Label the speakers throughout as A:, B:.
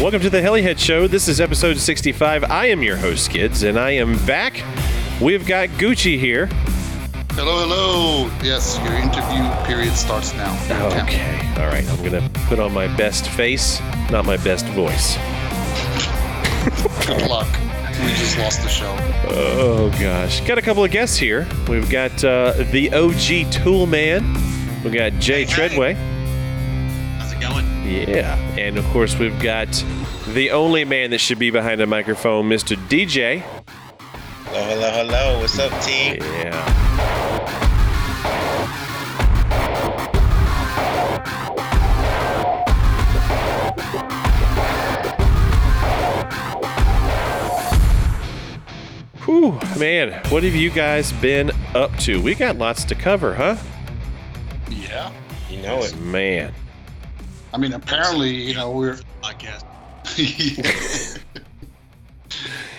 A: Welcome to the Helihead Show. This is episode 65. I am your host, Skids, and I am back. We've got Gucci here.
B: Hello, hello. Yes, your interview period starts now.
A: Okay. All right. I'm going to put on my best face, not my best voice.
B: Good luck. We just lost the show.
A: Oh, gosh. Got a couple of guests here. We've got uh, the OG Tool Man. We've got Jay
C: Hey, hey.
A: Treadway.
C: How's it going?
A: Yeah. And of course, we've got the only man that should be behind a microphone, Mr. DJ.
C: Hello, hello, hello. What's up, team?
A: Yeah. Whew, man, what have you guys been up to? We got lots to cover, huh?
B: Yeah.
C: You know it.
A: Man.
B: I mean, apparently, you know, we're
C: I guess.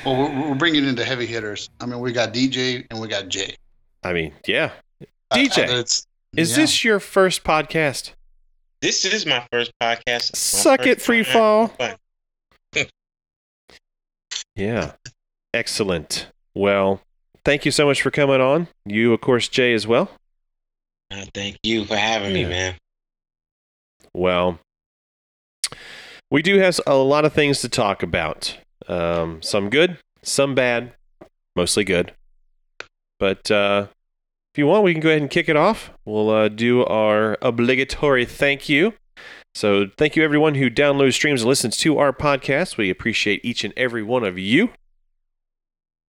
B: well, we're, we're bringing in the heavy hitters. I mean, we got DJ and we got Jay.
A: I mean, yeah.
B: Uh,
A: DJ,
B: that's-
A: Is
B: yeah.
A: this your first podcast?
D: This is my first podcast. My
A: Suck
D: first
A: it, free
D: time.
A: fall.
D: Fun.
A: Yeah. Excellent. Well, thank you so much for coming on. You, of course, Jay as well.
D: Uh, Thank you for having
A: Yeah.
D: me, man.
A: Well, we do have a lot of things to talk about. Um, some good, some bad, mostly good. But uh, if you want, we can go ahead and kick it off. We'll uh, do our obligatory thank you. So, thank you everyone who downloads, streams, and listens to our podcast. We appreciate each and every one of you.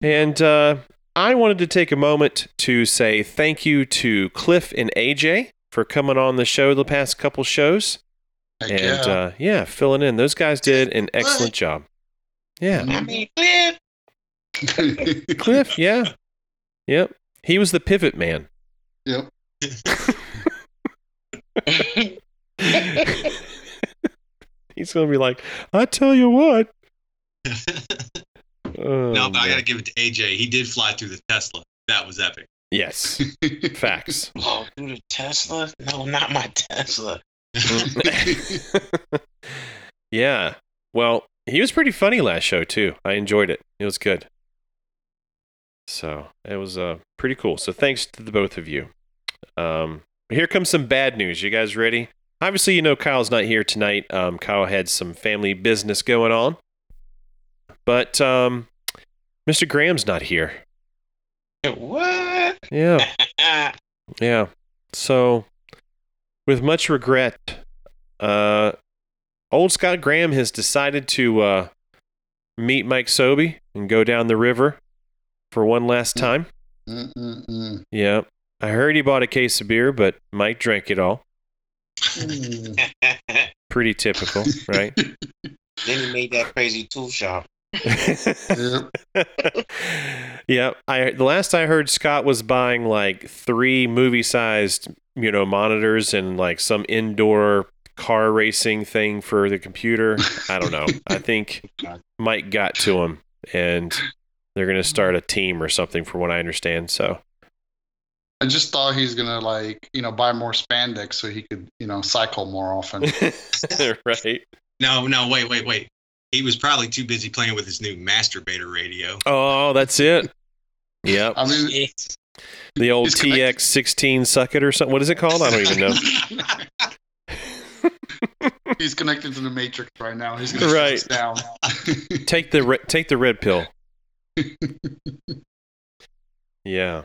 A: And uh, I wanted to take a moment to say thank you to Cliff and AJ for coming on the show the past couple shows
B: Heck
A: and
B: yeah.
A: uh, yeah, filling in. Those guys did an excellent job. Yeah,
D: I mean, Cliff.
A: Cliff. Yeah, yep. He was the pivot man.
B: yep.
A: He's gonna be like, I tell you what. Oh,
C: no, but I
A: man.
C: gotta give it to AJ. He did fly through the Tesla. That was epic.
A: Yes, facts.
D: oh, dude, a Tesla? No, not my Tesla.
A: yeah. Well, he was pretty funny last show too. I enjoyed it. It was good. So it was uh, pretty cool. So thanks to the both of you. Um, here comes some bad news. You guys ready? Obviously, you know Kyle's not here tonight. Um, Kyle had some family business going on, but um, Mr. Graham's not here.
D: What?
A: Yeah.
D: Ah,
A: Yeah. So, with much regret, uh, old Scott Graham has decided to uh, meet Mike Sobey and go down the river for one last time.
B: Mm-mm-mm.
A: Yeah. I heard he bought a case of beer, but Mike drank it all.
B: Mm.
D: then
A: Pretty typical, right?
D: he made that crazy tool shop.
B: Yep.
A: yeah, I the last I heard Scott was buying like three movie sized, you know, monitors and like some indoor car racing thing for the computer. I don't know. I think Mike got to him and they're going to start a team or something from what I understand. So,
B: I just thought he's gonna like you know buy more spandex so he could you know cycle more often.
A: right.
C: No, no, wait, wait, wait. He was probably too busy playing with his new masturbator radio.
A: Oh, that's it. Yep.
B: I mean,
D: Yes.
A: The old
B: He's connected.
A: TX16 socket or something. What is it called? I don't even know.
B: He's connected to the Matrix right now. He's gonna shut us down.
A: Take the re- take the red pill. Yeah.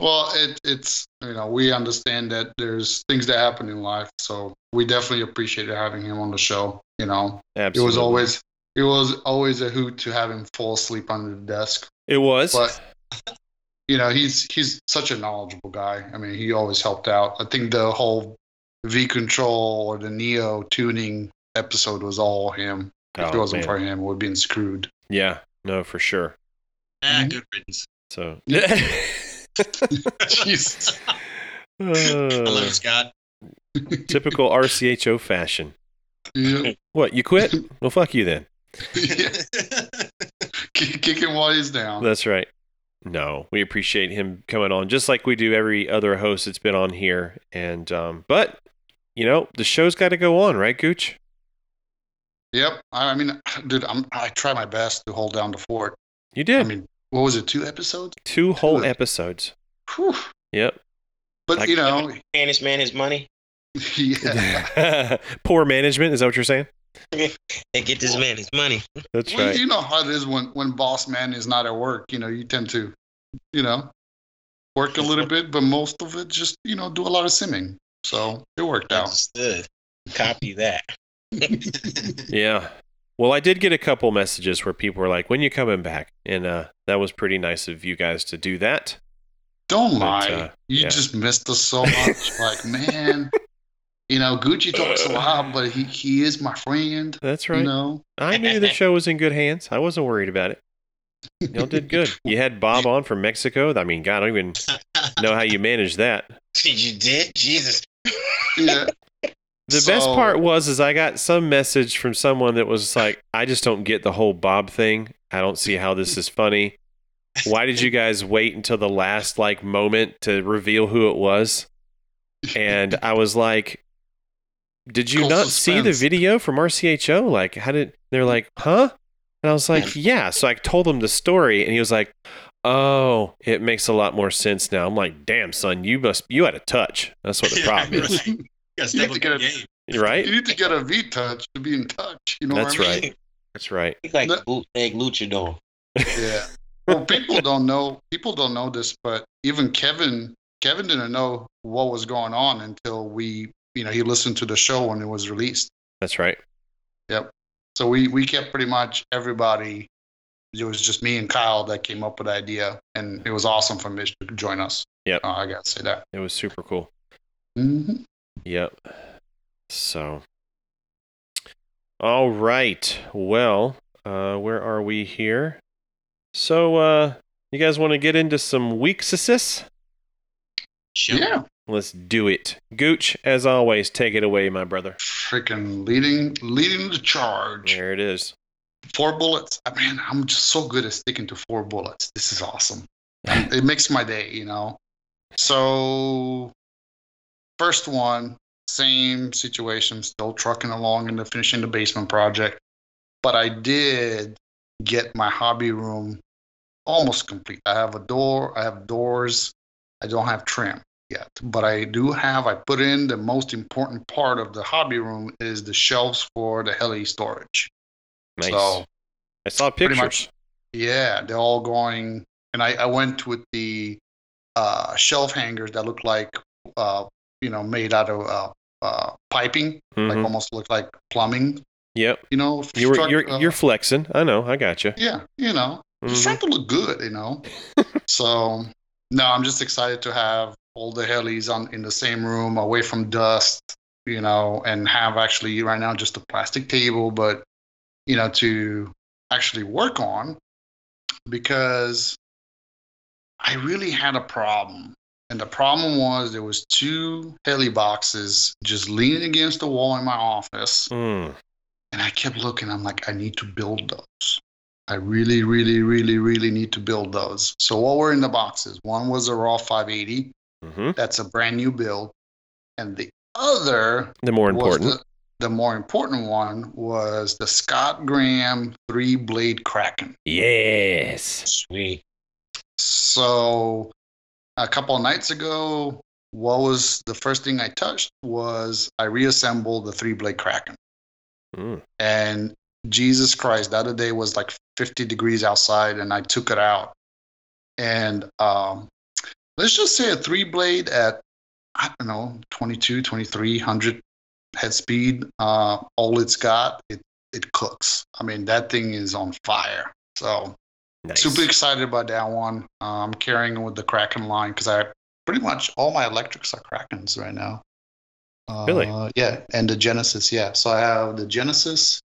B: well, it, it's you know we understand that there's things that happen in life, so we definitely appreciated having him on the show. You know, it
A: Absolutely.
B: was always it was always a hoot to have him fall asleep under the desk,
A: It was.
B: but you know he's he's such a knowledgeable guy. I mean, he always helped out. I think the whole V control or the Neo tuning episode was all him. if it
A: Oh,
B: wasn't
A: man.
B: for him, we'd been screwed.
A: Yeah. No, for sure.
C: Ah, good riddance.
A: So.
B: Jesus.
C: I love
A: Uh,
C: you, Scott.
A: typical RCHO fashion.
B: Yeah.
A: What? You quit? Well, fuck you then.
B: yeah. Kick, kick him while he's down.
A: That's right. No, we appreciate him coming on, just like we do every other host that's been on here. And um, but you know, the show's got to go on, right, Gooch?
B: Yep. I, I mean, dude, I'm, I try my best to hold down the fort.
A: You did
B: I mean, what was it? Two episodes?
A: two whole
B: good.
A: episodes.
B: Whew.
A: Yep.
B: But
A: Like-
B: you know,
D: Paying this man his money
B: yeah.
A: Poor management. Is that what you're saying?
D: and get this man his money.
A: That's
B: Well,
A: right.
B: You know how it is when when boss man is not at work. You know, you tend to, you know, work a little bit, but most of it just you know do a lot of simming. So it worked out.
D: Understood. Copy that.
A: Yeah. Well, I did get a couple messages where people were like, "When you coming back?" And uh, that was pretty nice of you guys to do that.
B: Don't
A: But,
B: lie.
A: uh,
B: you
A: yeah.
B: just missed us so much. like man, you know, Gucci talks a
A: Uh.
B: lot, but he he is my friend.
A: That's right.
B: You know,
A: I knew the show was in good hands. I wasn't worried about it. Y'all did good. You had Bob on from Mexico. I mean, God, I don't even know how you managed that.
D: You did? Jesus.
B: yeah.
A: The best
B: So-
A: part was is I got some message from someone that was like, "I just don't get the whole Bob thing. I don't see how this is funny. Why did you guys wait until the last like moment to reveal who it was?" And I was like, "Did you
B: Cool
A: not see the
B: suspense.
A: video from RCHO? Like, how did?" They're like, "Huh?" And I was like, "Yeah." So I told him the story, and he was like, "Oh, it makes a lot more sense now." I'm like, "Damn, son, you must you had a touch. That's what the
C: Yeah,
A: problem is,
C: right. You gotta
B: You
C: step
B: have
C: up
B: to
C: your
B: get
C: game.
A: right?"
B: You need to get a V touch to be in touch. You know
A: That's
B: what I mean?
A: right. That's right.
D: He's like
B: No.
D: bootleg luchador.
B: Yeah. Well, people don't know. People don't know this, but even Kevin, Kevin didn't know what was going on until we, you know, he listened to the show when it was released.
A: That's right.
B: So we we kept pretty much everybody. It was just me and Kyle that came up with the idea, and it was awesome for Mitch to join us.
A: Yep.
B: Uh, I gotta say that.
A: It was super cool.
B: hmm
A: Yep. So. All right. Well, uh, where are we here? So, uh, you guys want to get into some weeks assist?
C: Show.
B: Yeah.
A: Let's do it. Gooch, as always, take it away, my brother.
B: Freaking leading leading the charge.
A: There it is.
B: Four bullets. I mean, I'm just so good at sticking to four bullets. This is awesome. it makes my day, you know. So, first one, same situation, still trucking along and finishing the basement project. But I did get my hobby room almost complete. I have a door, I have doors, I don't have trim yet, but I do have, I put in the most important part of the hobby room is the shelves for the heli storage.
A: Nice.
B: So,
A: I saw
B: pretty
A: pictures.
B: much- yeah, they're all going. And I, I went with the uh, shelf hangers that look like, uh, you know, made out of uh, uh, piping,
A: Mhm.
B: like almost look like plumbing,
A: Yep.
B: you know.
A: You were
B: struct-
A: you're
B: uh,
A: you're flexing. I know. I got you.
B: yeah, you know, just trying to look good, you know. so no, I'm just excited to have all the helis on in the same room, away from dust, you know, and have actually right now just a plastic table, but you know, to actually work on because I really had a problem. And the problem was there was two heli boxes just leaning against the wall in my office.
A: Mm.
B: And I kept looking. I'm like, I need to build those. I really, really, really, really need to build those. So what were in the boxes? One was a raw 580.
A: hmm
B: That's a brand new build. And the other
A: The more important.
B: was the, the more important one was the Scott Graham three blade Kraken.
A: yes.
D: Sweet.
B: So a couple of nights ago, what was the first thing I touched was I reassembled the three blade Kraken.
A: Mm.
B: and Jesus Christ, the other day was like 50 degrees outside, and I took it out. And um, let's just say a three blade at, I don't know, 22, 2300 head speed, uh, all it's got, it, it cooks. I mean, that thing is on fire. So,
A: Nice.
B: super excited about that one. I'm carrying with the Kraken line because I pretty much all my electrics are Krakens right now. Uh,
A: Really?
B: Yeah, and the Genesis. Yeah, so I have the Genesis,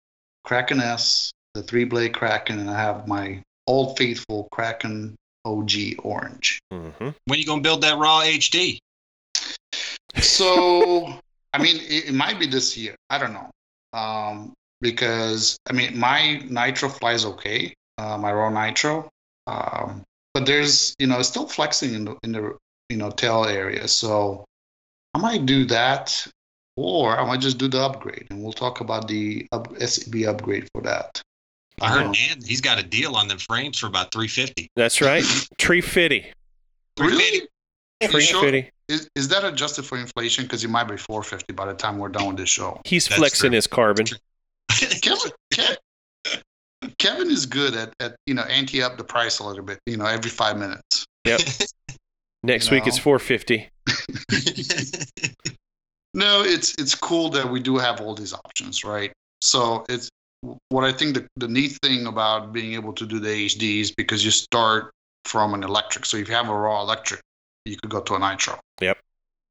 B: Kraken S, the three blade Kraken, and I have my old faithful Kraken OG orange.
A: hmm
C: When you gonna build that raw HD?
B: So, I mean, it, it might be this year. I don't know. Um, because, I mean, my nitro flies okay, uh, my raw nitro. Um, but there's, you know, it's still flexing in the, in the, you know, tail area. So I might do that. Or I might just do the upgrade, and we'll talk about the up, SEB upgrade for that.
C: I heard
B: Um,
C: Dan, he's got a deal on them frames for about 350.
A: That's right. Tree fitty.
B: Really? You
A: Tree
B: sure?
A: fitty.
B: Is, is that adjusted for inflation? Because it might be 450 by the time we're done with this show.
A: He's
C: That's
A: flexing
C: true.
A: his carbon.
B: Kevin, Kevin, Kevin is good at, at you know ante up the price a little bit. You know, every five minutes.
A: Next week
B: No.
A: it's 450.
B: No, it's it's cool that we do have all these options, right? So it's what I think the, the neat thing about being able to do the HD is because you start from an electric. So if you have a raw electric, you could go to a nitro.
A: Yep.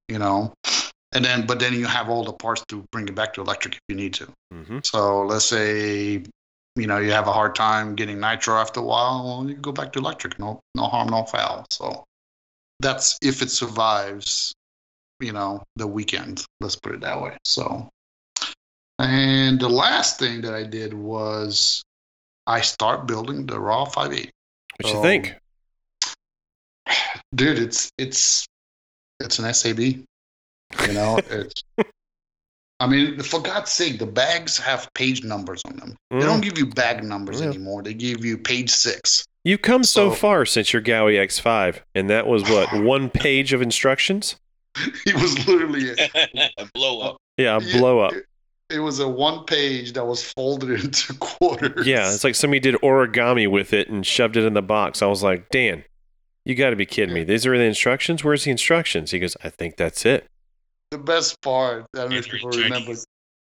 B: You know, and then but then you have all the parts to bring it back to electric if you need to.
C: Mm-hmm.
A: hmm
B: So let's say you know you have a hard time getting nitro after a while, well, you can go back to electric. No, no harm, no foul. So that's if it survives, you know, the weekend. Let's put it that way. So, and the last thing that I did was I start building the raw 5.8.
A: What you
B: Um,
A: think?
B: Dude, it's it's it's an SAB. You know, it's. I mean, for God's sake, the bags have page numbers on them.
C: Oh.
B: They
A: Mm.
B: don't give you bag numbers
A: Yeah.
B: anymore. They give you page six.
A: You've come so,
B: So-
A: far since your Gowie X5, and that was what one page of instructions.
B: It was literally a,
D: Blow up.
A: Yeah, a
B: Yeah.
A: blow up.
B: it was a one page that was folded into quarters.
A: Yeah, it's like somebody did origami with it and shoved it in the box. I was like, Dan, you got to be kidding me. These are the instructions. Where's the instructions? He goes, I think that's it.
B: the best part. I don't know
C: Yeah,
B: if
C: they're
B: people
C: in
B: remember.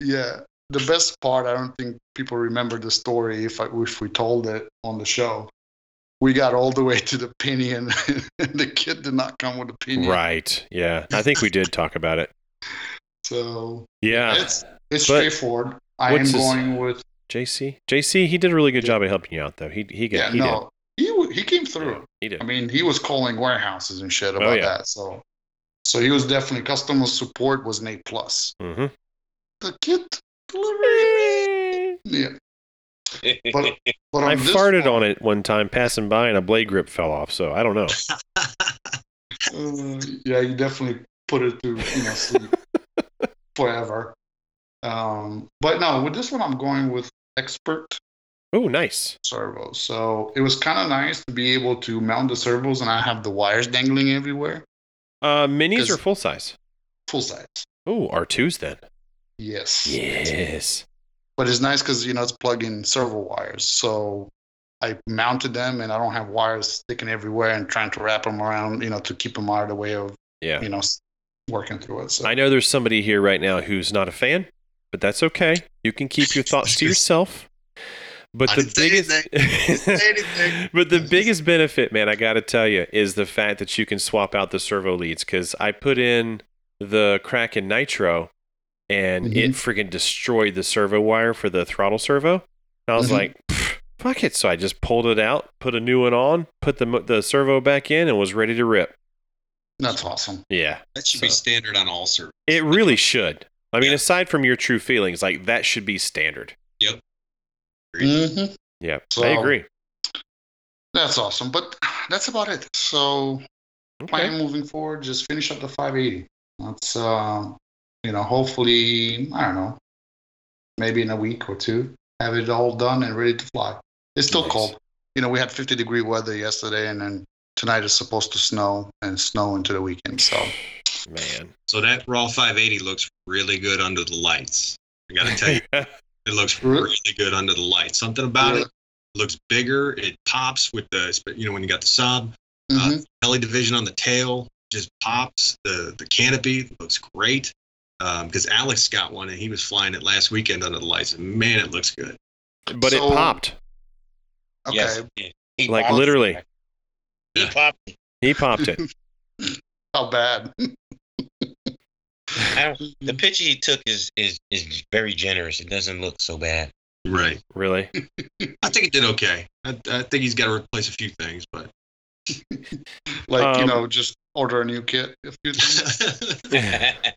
B: Yeah, the best part. I don't think people remember the story if I, if we told it on the show. We got all the way to the penny, and, the kid did not come with a penny.
A: Right. Yeah, I think we did talk about it.
B: So
A: Yeah,
B: it's it's
A: Uh, But
B: straightforward. I am
A: what's his-
B: going with
A: JC, JC, he did a really good job of helping you out though. He he got
B: yeah.
A: he
B: no, he w- he came
A: did.
B: through.
A: He did.
B: I mean, he was calling warehouses and shit about
A: Oh, yeah.
B: that. So, so he was definitely customer support was an A plus.
A: hmm
B: The kid delivery. Yeah, But- but on
A: I
B: this
A: farted on
B: one-
A: it one time passing by, and a blade grip fell off. So I don't know.
B: Uh, yeah, you definitely put it through, you know, sleep forever. Um, but no, with this one, I'm going with expert
A: Oh, nice.
B: servos. So it was kind of nice to be able to mount the servos, and I have the wires dangling everywhere,
A: Uh, minis
B: 'Cause-
A: or full size?
B: full size.
A: Oh, R2s then.
B: Yes.
A: Yes.
B: But it's nice because you know it's plug-in servo wires. So I mounted them, and I don't have wires sticking everywhere and trying to wrap them around, you know, to keep them out of the way of,
A: Yeah.
B: you know, s- working through it. So
A: I know there's somebody here right now who's not a fan, but that's okay. You can keep your thoughts to yourself. But
C: I
A: the
C: didn't say
A: biggest,
C: say anything.
A: but the biggest benefit, man, I gotta tell you, is the fact that you can swap out the servo leads. Because I put in the Kraken Nitro, and it freaking destroyed the servo wire for the throttle servo. And I was
B: Mhm.
A: like, "Pfft, fuck it. So I just pulled it out, put a new one on, put the mo- the servo back in, and was ready to rip.
B: that's awesome.
A: Yeah.
C: That should be
A: So-
C: standard on all servers.
A: It really should. I mean,
C: Yeah.
A: aside from your true feelings, like that should be standard.
B: Mm-hmm.
A: Yeah, I
B: So-
A: agree.
B: That's awesome. But that's about it. So plan
A: Okay.
B: moving forward, just finish up the 580. That's uh, you know, hopefully, I don't know, maybe in a week or two, have it all done and ready to fly. It's still
A: Nice.
B: cold. You know, we had 50 degree weather yesterday, and then tonight is supposed to snow and snow into the weekend. So
A: Man.
C: So that raw 580 looks really good under the lights. I got to tell you, it looks
B: Really?
C: really good under the lights. Something about it looks bigger. It pops with the, you know, when you got the sub
B: mhm.
C: belly division on the tail just pops. The the canopy looks great. Because Alex got one and he was flying it last weekend under the lights. And man, it looks good.
A: But
B: So-
A: it popped.
B: okay.
D: Yes. He
A: Like,
D: popped.
A: literally.
D: He popped.
A: He popped it.
B: How bad?
D: I don't, the picture he took is, is is very generous. It doesn't look so bad.
C: Right.
A: really?
C: I think it did okay. I, I think he's got to replace a few things, but
B: like you
A: Um,
B: know, just order a new kit. If you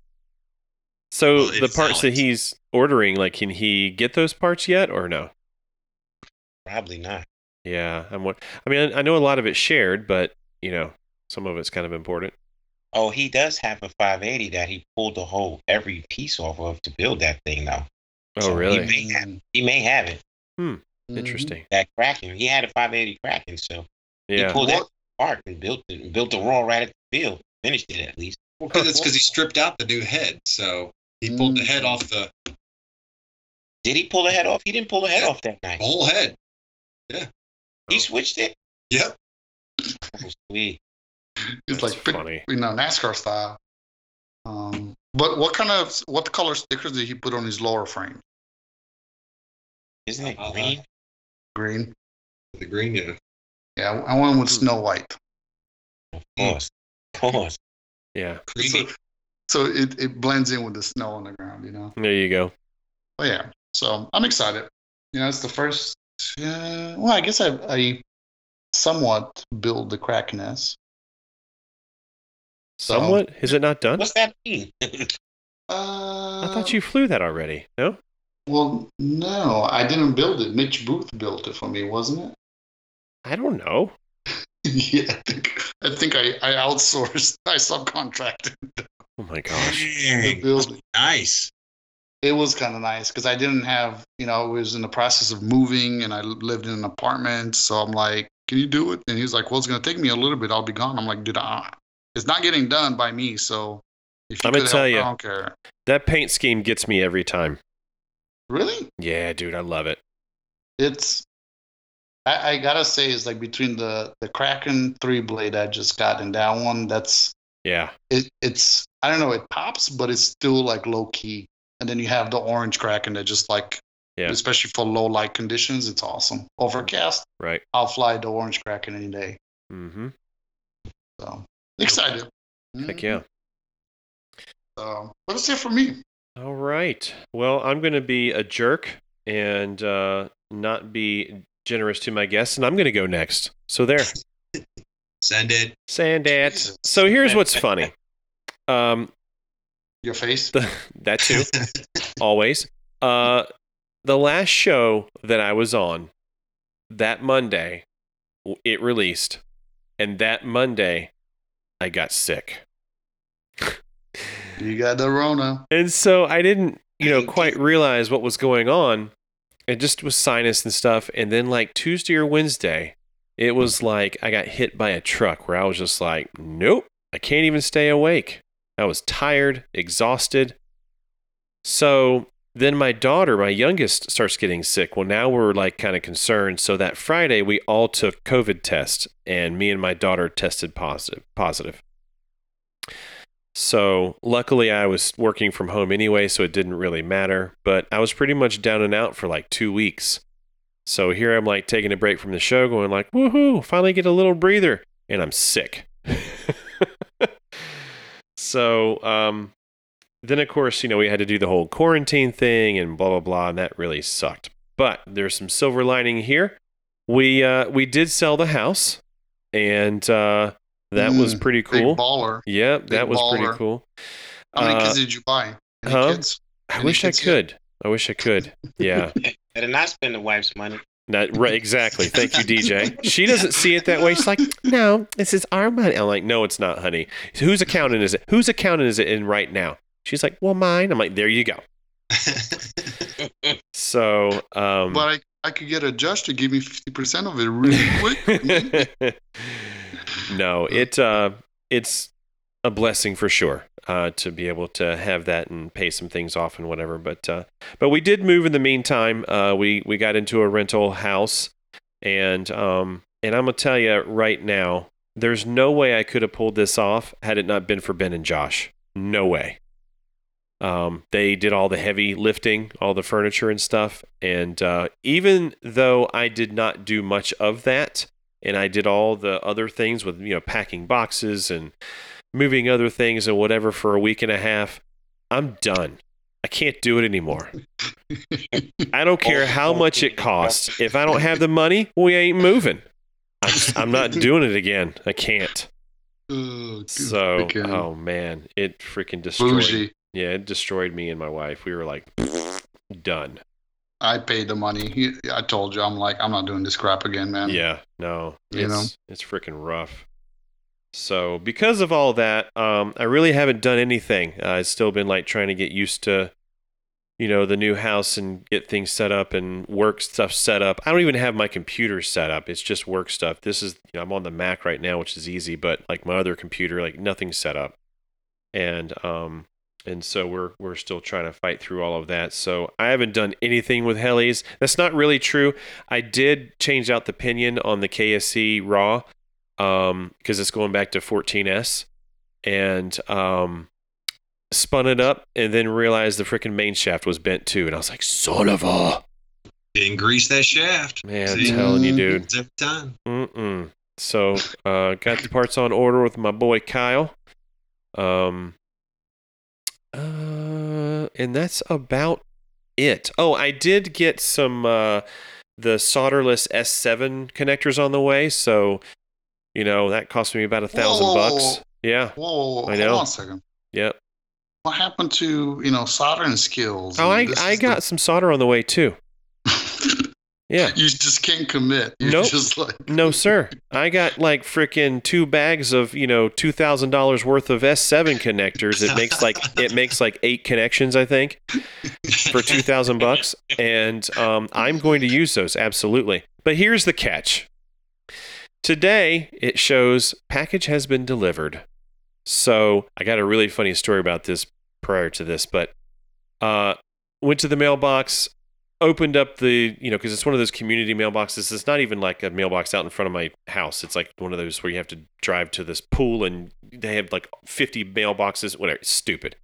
A: So
C: Well,
A: the
C: it's
A: parts that
C: Alex.
A: he's ordering, like, can he get those parts yet or no?
D: Probably not.
A: Yeah, I'm. wa- I mean, I I know a lot of it's shared, but you know, some of it's kind of important.
D: Oh, he does have a 580 that he pulled the whole every piece off of to build that thing though.
A: Oh,
D: So
A: really?
D: He may have,
B: Mm-hmm.
D: he may have it.
A: Interesting.
D: That Kraken. He had a 580 Kraken, so Mm-hmm. he
A: Yeah.
D: pulled that
B: What?
D: apart and built it, built the raw right at the field. Finished it at least.
C: Well, because it's because he stripped out the new head, so he pulled the head off the
D: Did he pull the head off? He didn't pull the head off that night.
C: whole head.
D: He switched it.
C: Yep.
D: Oh, sweet.
B: It's
A: That's
B: like pic-
A: funny.
B: you know NASCAR style. Um, but what kind of what color stickers did he put on his lower frame?
D: Isn't it
C: Uh-huh.
D: green?
B: Green.
C: The green, yeah.
B: Yeah, I went
A: Hmm.
B: with Snow White.
D: Of course. Of course.
A: Yeah.
B: So,
C: Creamy.
B: so it, it blends in with the snow on the ground, you know.
A: There you go.
B: But yeah, so I'm excited. You know, it's the first. Uh, well, I guess I, I somewhat build the crackness.
A: Somewhat. Is it not done?
D: What's that mean?
B: Uh,
A: I thought you flew that already. No.
B: Well, no, I didn't build it. Mitch Booth built it for me, wasn't
A: I don't know.
B: it? yeah, I think I think I, I outsourced. I subcontracted
A: Oh my gosh.
B: the
C: Dang,
B: building.
C: nice.
B: it was kind of nice because I didn't have, you know, I was in the process of moving and I l- lived in an apartment. So I'm like, can you do it? And he's like, well, it's going to take me a little bit. I'll be gone. I'm like, dude, uh, it's not getting done by me. So if you
A: I'ma
B: could
A: tell
B: help,
A: you.
B: I don't care.
A: That paint scheme gets me every time.
B: Really?
A: Yeah, dude, I love it.
B: It's, I, I got to say, it's like between the, the Kraken three blade I just got and that one, that's,
A: Yeah.
B: it, it's, I don't know, it pops, but it's still like low key. And then you have the orange Kraken that just like,
A: Yeah.
B: especially for low light conditions, it's awesome. Overcast.
A: Right.
B: I'll fly the Orange Kraken any day.
A: Mm-hmm.
B: So excited. Mm-hmm.
A: Heck yeah.
B: So but it's it for me.
C: Mm-hmm.
A: All right. Well, I'm going to be a jerk and uh, not be generous to my guests, and I'm going to go next. So there.
C: Send it.
A: Sand it.
B: Jesus.
A: So here's what's funny. Um,
B: Your face.
A: the, that too, always. Uh, the last show that I was on, that Monday, w- it released, and that Monday, I got sick,
B: You got the Rona.
A: and so I didn't, you know, quite realize what was going on. It just was sinus and stuff, and then like Tuesday or Wednesday, it was like I got hit by a truck where I was just like, nope, I can't even stay awake. I was tired, exhausted. So then my daughter, my youngest, starts getting sick. Well, now we're like kind of concerned. So that Friday, we all took COVID tests, and me and my daughter tested positive. Positive. So luckily, I was working from home anyway, so it didn't really matter. But I was pretty much down and out for like two weeks. So here I'm like taking a break from the show, going like, "Woohoo! Finally get a little breather," and I'm sick. so um, then of course you know we had to do the whole quarantine thing and blah blah blah and that really sucked but there's some silver lining here we uh we did sell the house and uh that was
B: Mm,
A: pretty
B: Big
A: cool
B: baller.
A: yeah that was pretty
B: baller.
A: cool
B: How many
A: Uh,
B: kids did you buy? Any
A: huh?
B: kids?
A: i
B: any
A: wish i
B: kids yet?
A: could i wish i could yeah
D: Better not spend the wife's money.
A: Not right, exactly. Thank you, DJ. She doesn't see it that way. She's like, no, this is our money. I'm like, no, it's not, honey. Whose accountant is it? Whose accountant is it in right now? She's like, well, mine. I'm like, there you go. So, um,
B: But I, I could get a judge to give me fifty percent of it really quick. man.
A: no, it uh, it's a blessing for sure uh, to be able to have that and pay some things off and whatever. But uh, but we did move in the meantime. Uh, we we got into a rental house, and um, and I'm gonna tell you right now, there's no way I could have pulled this off had it not been for Ben and Josh. No way. Um, they did all the heavy lifting, all the furniture and stuff. And uh, even though I did not do much of that, and I did all the other things with you know packing boxes and moving other things and whatever for a week and a half. I'm done. I can't do it anymore. I don't care how much it costs. If I don't have the money, we ain't moving. I'm, I'm not doing it again. I can't.
B: Oh, dude,
A: So,
B: freaking
A: oh man, it freaking destroyed.
B: bougie.
A: Yeah, it destroyed me and my wife. We were like, done.
B: I paid the money. He- I told you. I'm like, I'm not doing this crap again, man.
A: Yeah, no,
B: You
A: it's
B: know?
A: it's freaking rough. So because of all that, um, I really haven't done anything. Uh, I've still been like trying to get used to, you know, the new house and get things set up and work stuff set up. I don't even have my computer set up. It's just work stuff. This is you know, I'm on the Mac right now, which is easy, but like my other computer, like nothing's set up, and um, and so we're we're still trying to fight through all of that. So I haven't done anything with helis. That's not really true. I did change out the pinion on the KSC raw because it's going back to 14s and um, spun it up and then realized the freaking main shaft was bent too and i was like son of a
C: Didn't grease that shaft.
A: man i'm
C: See?
A: telling you dude
C: It's every time.
A: Mm-mm. so uh, got the parts on order with my boy kyle um, uh, and that's about it oh i did get some uh, the solderless s7 connectors on the way so you know that cost me about a thousand
B: Whoa.
A: bucks yeah
B: Whoa, whoa, whoa,
A: I
B: hold
A: know.
B: on a second.
A: yep
B: What happened to you know soldering skills?
A: Oh, I,
B: And this
A: I
B: is
A: got some solder on the way too.
B: the-
A: Yeah.
B: you just can't commit. You're
A: Nope.
B: just like
A: No, sir. I got like freaking two bags of, you know, two thousand dollars worth of S seven connectors. It makes like it makes like eight connections, I think, for two thousand bucks. And um, I'm going to use those, absolutely. But here's the catch. Today it shows package has been delivered. So I got a really funny story about this prior to this, but uh, went to the mailbox, opened up the you know because it's one of those community mailboxes. It's not even like a mailbox out in front of my house. It's like one of those where you have to drive to this pool and they have like fifty mailboxes. Whatever, it's stupid.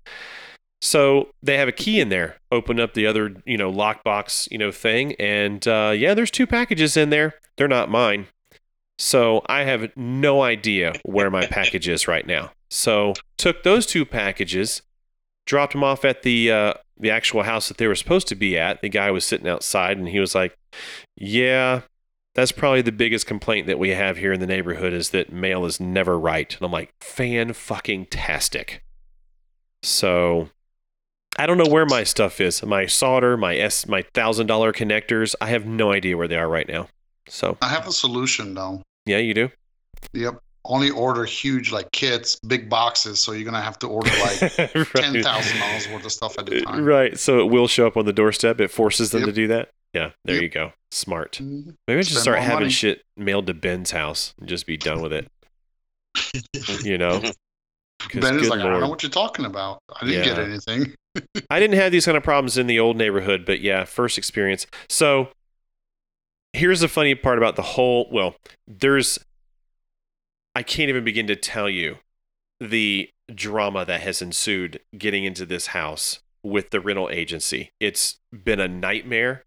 A: So they have a key in there. Open up the other you know lockbox you know thing, and uh, yeah, there's two packages in there. They're not mine. So I have no idea where my package is right now. So took those two packages, dropped them off at the uh, the actual house that they were supposed to be at. The guy was sitting outside, and he was like, "Yeah, that's probably the biggest complaint that we have here in the neighborhood is that mail is never right." And I'm like, "Fan fucking tastic." So. I don't know where my stuff is. My solder, my S, my thousand dollar connectors. I have no idea where they are right now. So
B: I have a solution though.
A: yeah, you do.
B: Yep. Only order huge like kits, big boxes. So you're gonna have to order like
A: Right. Uh,
B: ten thousand dollars worth of stuff at a time.
A: Right. So it will show up on the doorstep. It forces them
B: Yep.
A: to do that. Yeah. There
B: Yep.
A: you go. Smart.
B: Mhm.
A: Maybe I should
B: Spend
A: start
B: more
A: having
B: money.
A: shit mailed to Ben's house and just be done with it. you know? 'Cause
B: Ben is
A: good
B: like, I don't know
A: lord.
B: what you're talking about. I didn't get
A: Yeah.
B: anything.
A: I didn't have these kind of problems in the old neighborhood, but yeah, first experience. So here's the funny part about the whole well, there's I can't even begin to tell you the drama that has ensued getting into this house with the rental agency. It's been a nightmare.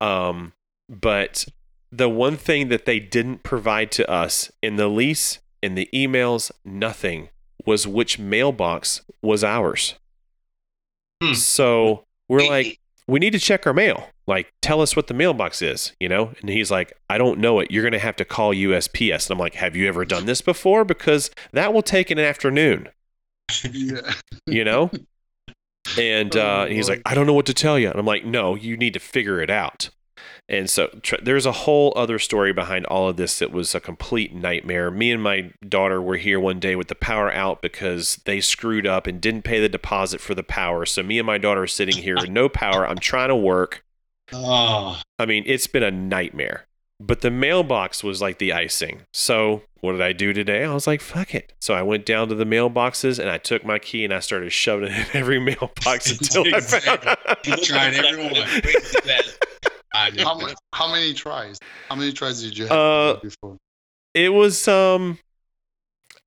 A: Um but the one thing that they didn't provide to us in the lease, in the emails, nothing was which mailbox was ours.
C: Hmm.
A: So we're like, we need to check our mail. Like, tell us what the mailbox is, you know? And he's like, I don't know it. You're going to have to call USPS. And I'm like, have you ever done this before? Because that will take an afternoon
B: yeah.
A: you know? And uh, he's like, I don't know what to tell you. And I'm like, no, you need to figure it out. And so tr- there's a whole other story behind all of this that was a complete nightmare. Me and my daughter were here one day with the power out because they screwed up and didn't pay the deposit for the power. So me and my daughter are sitting here, no power. I'm trying to work.
C: Oh,
A: I mean, it's been a nightmare. But the mailbox was like the icing. So what did I do today? I was like, fuck it. So I went down to the mailboxes and I took my key and I started shoving it in every mailbox until I
C: you
A: found
C: tried everyone. I
B: How,
C: know.
B: mu- how many tries? How many tries did you have
A: Uh,
B: before?
A: it was um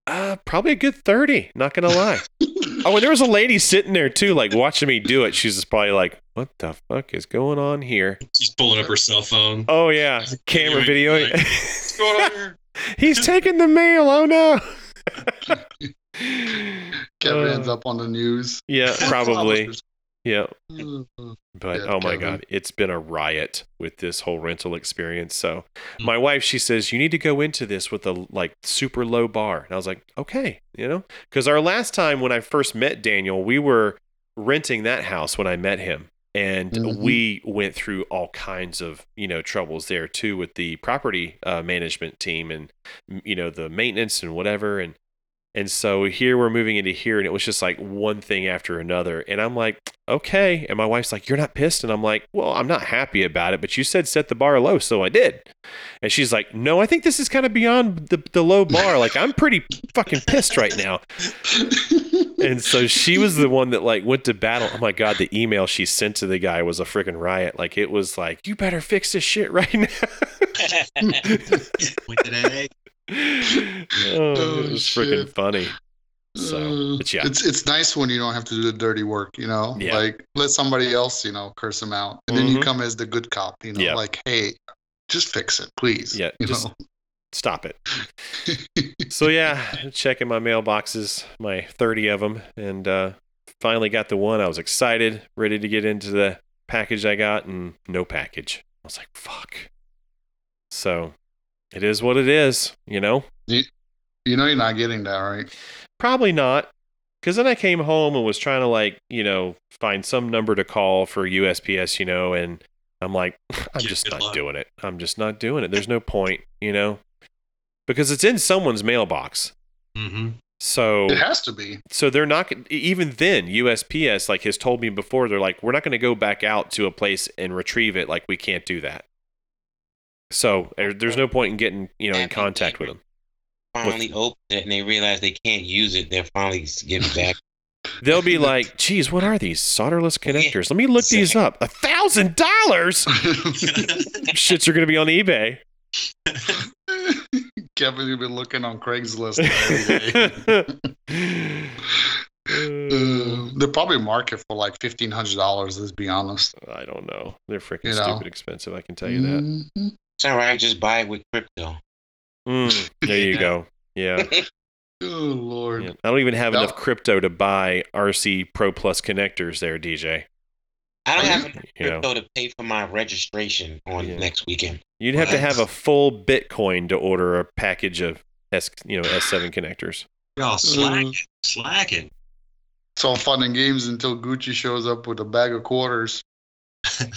A: uh, probably a good 30, not gonna lie. oh, and there was a lady sitting there too, like watching me do it. She's just probably like, What the fuck is going on here?
C: She's pulling up her cell phone.
A: Oh yeah. Camera video.
C: What's going on here?
A: He's taking the mail, oh no.
B: Kevin
A: uh,
B: ends up on the news.
A: Yeah, probably. Yeah.
B: Mhm.
A: But
B: Yeah,
A: oh my
B: Kevin.
A: god, it's been a riot with this whole rental experience. So
B: Mm.
A: my wife, she says you need to go into this with a like super low bar, and I was like, okay, you know, because our last time when I first met Daniel, we were renting that house when I met him, and
B: Mhm.
A: we went through all kinds of you know troubles there too with the property uh, management team and m- you know the maintenance and whatever and and so here we're moving into here and it was just like one thing after another and i'm like okay and my wife's like you're not pissed and i'm like well i'm not happy about it but you said set the bar low so i did and she's like no i think this is kind of beyond the, the low bar like i'm pretty fucking pissed right now and so she was the one that like went to battle. Oh my god, the email she sent to the guy was a freaking riot. Like it was like, you better fix this shit right now.
C: Went today.
A: oh,
B: Oh,
A: it was
B: shit.
A: freaking funny. So,
B: Uh,
A: but yeah.
B: it's it's nice when you don't have to do the dirty work, you know.
A: Yeah.
B: Like let somebody else, you know, curse them out, and then you
A: Mhm.
B: come as the good cop, you know,
A: Yeah.
B: like hey, just fix it, please.
A: Yeah,
B: you
A: just-
B: know.
A: Stop it. So yeah, checking my mailboxes, my thirty of them, and uh, finally got the one. I was excited, ready to get into the package I got, and no package. I was like, fuck. So, it is what it is, you know.
B: you know, you're not getting that right.
A: Probably not. Because then I came home and was trying to, like, you know, find some number to call for USPS, you know, and I'm like, I'm
C: Yeah,
A: just
C: good
A: not
C: luck.
A: doing it. I'm just not doing it. There's no point, you know, because it's in someone's mailbox.
C: Mm-hmm.
A: So,
B: It has to be.
A: so they're not, gon- even then, USPS, like, has told me before, they're like, we're not going to go back out to a place and retrieve it. Like, we can't do that. So there- there's no point in getting, you know, in
D: That'd be
A: contact with them.
D: finally opened it and they realize they can't use it. They're finally getting back.
A: They'll be like, geez, what are these solderless connectors? Let me look these up. A thousand dollars? Shits are gonna be on eBay.
B: Kevin, you've been looking on Craigslist. every day. Uh, They're probably market for like fifteen hundred dollars. Let's be honest.
A: I don't know. They're freaking
B: You know.
A: stupid expensive. I can tell you that.
B: Mhm.
D: It's all right. Just buy it with crypto.
A: Mm, there you go. Yeah.
B: Oh lord.
A: yeah. I don't even have
B: No.
A: enough crypto to buy RC Pro Plus connectors there, DJ.
D: I don't have enough
A: You know,
D: crypto to pay for my registration on
A: Oh, Yeah.
D: next weekend.
A: you'd have to
B: What?
A: have a full Bitcoin to order a package of S, you know, S7 connectors.
C: Y'all slacking,
B: Mm.
C: slacking.
B: It's all fun and games until Gucci shows up with a bag of quarters.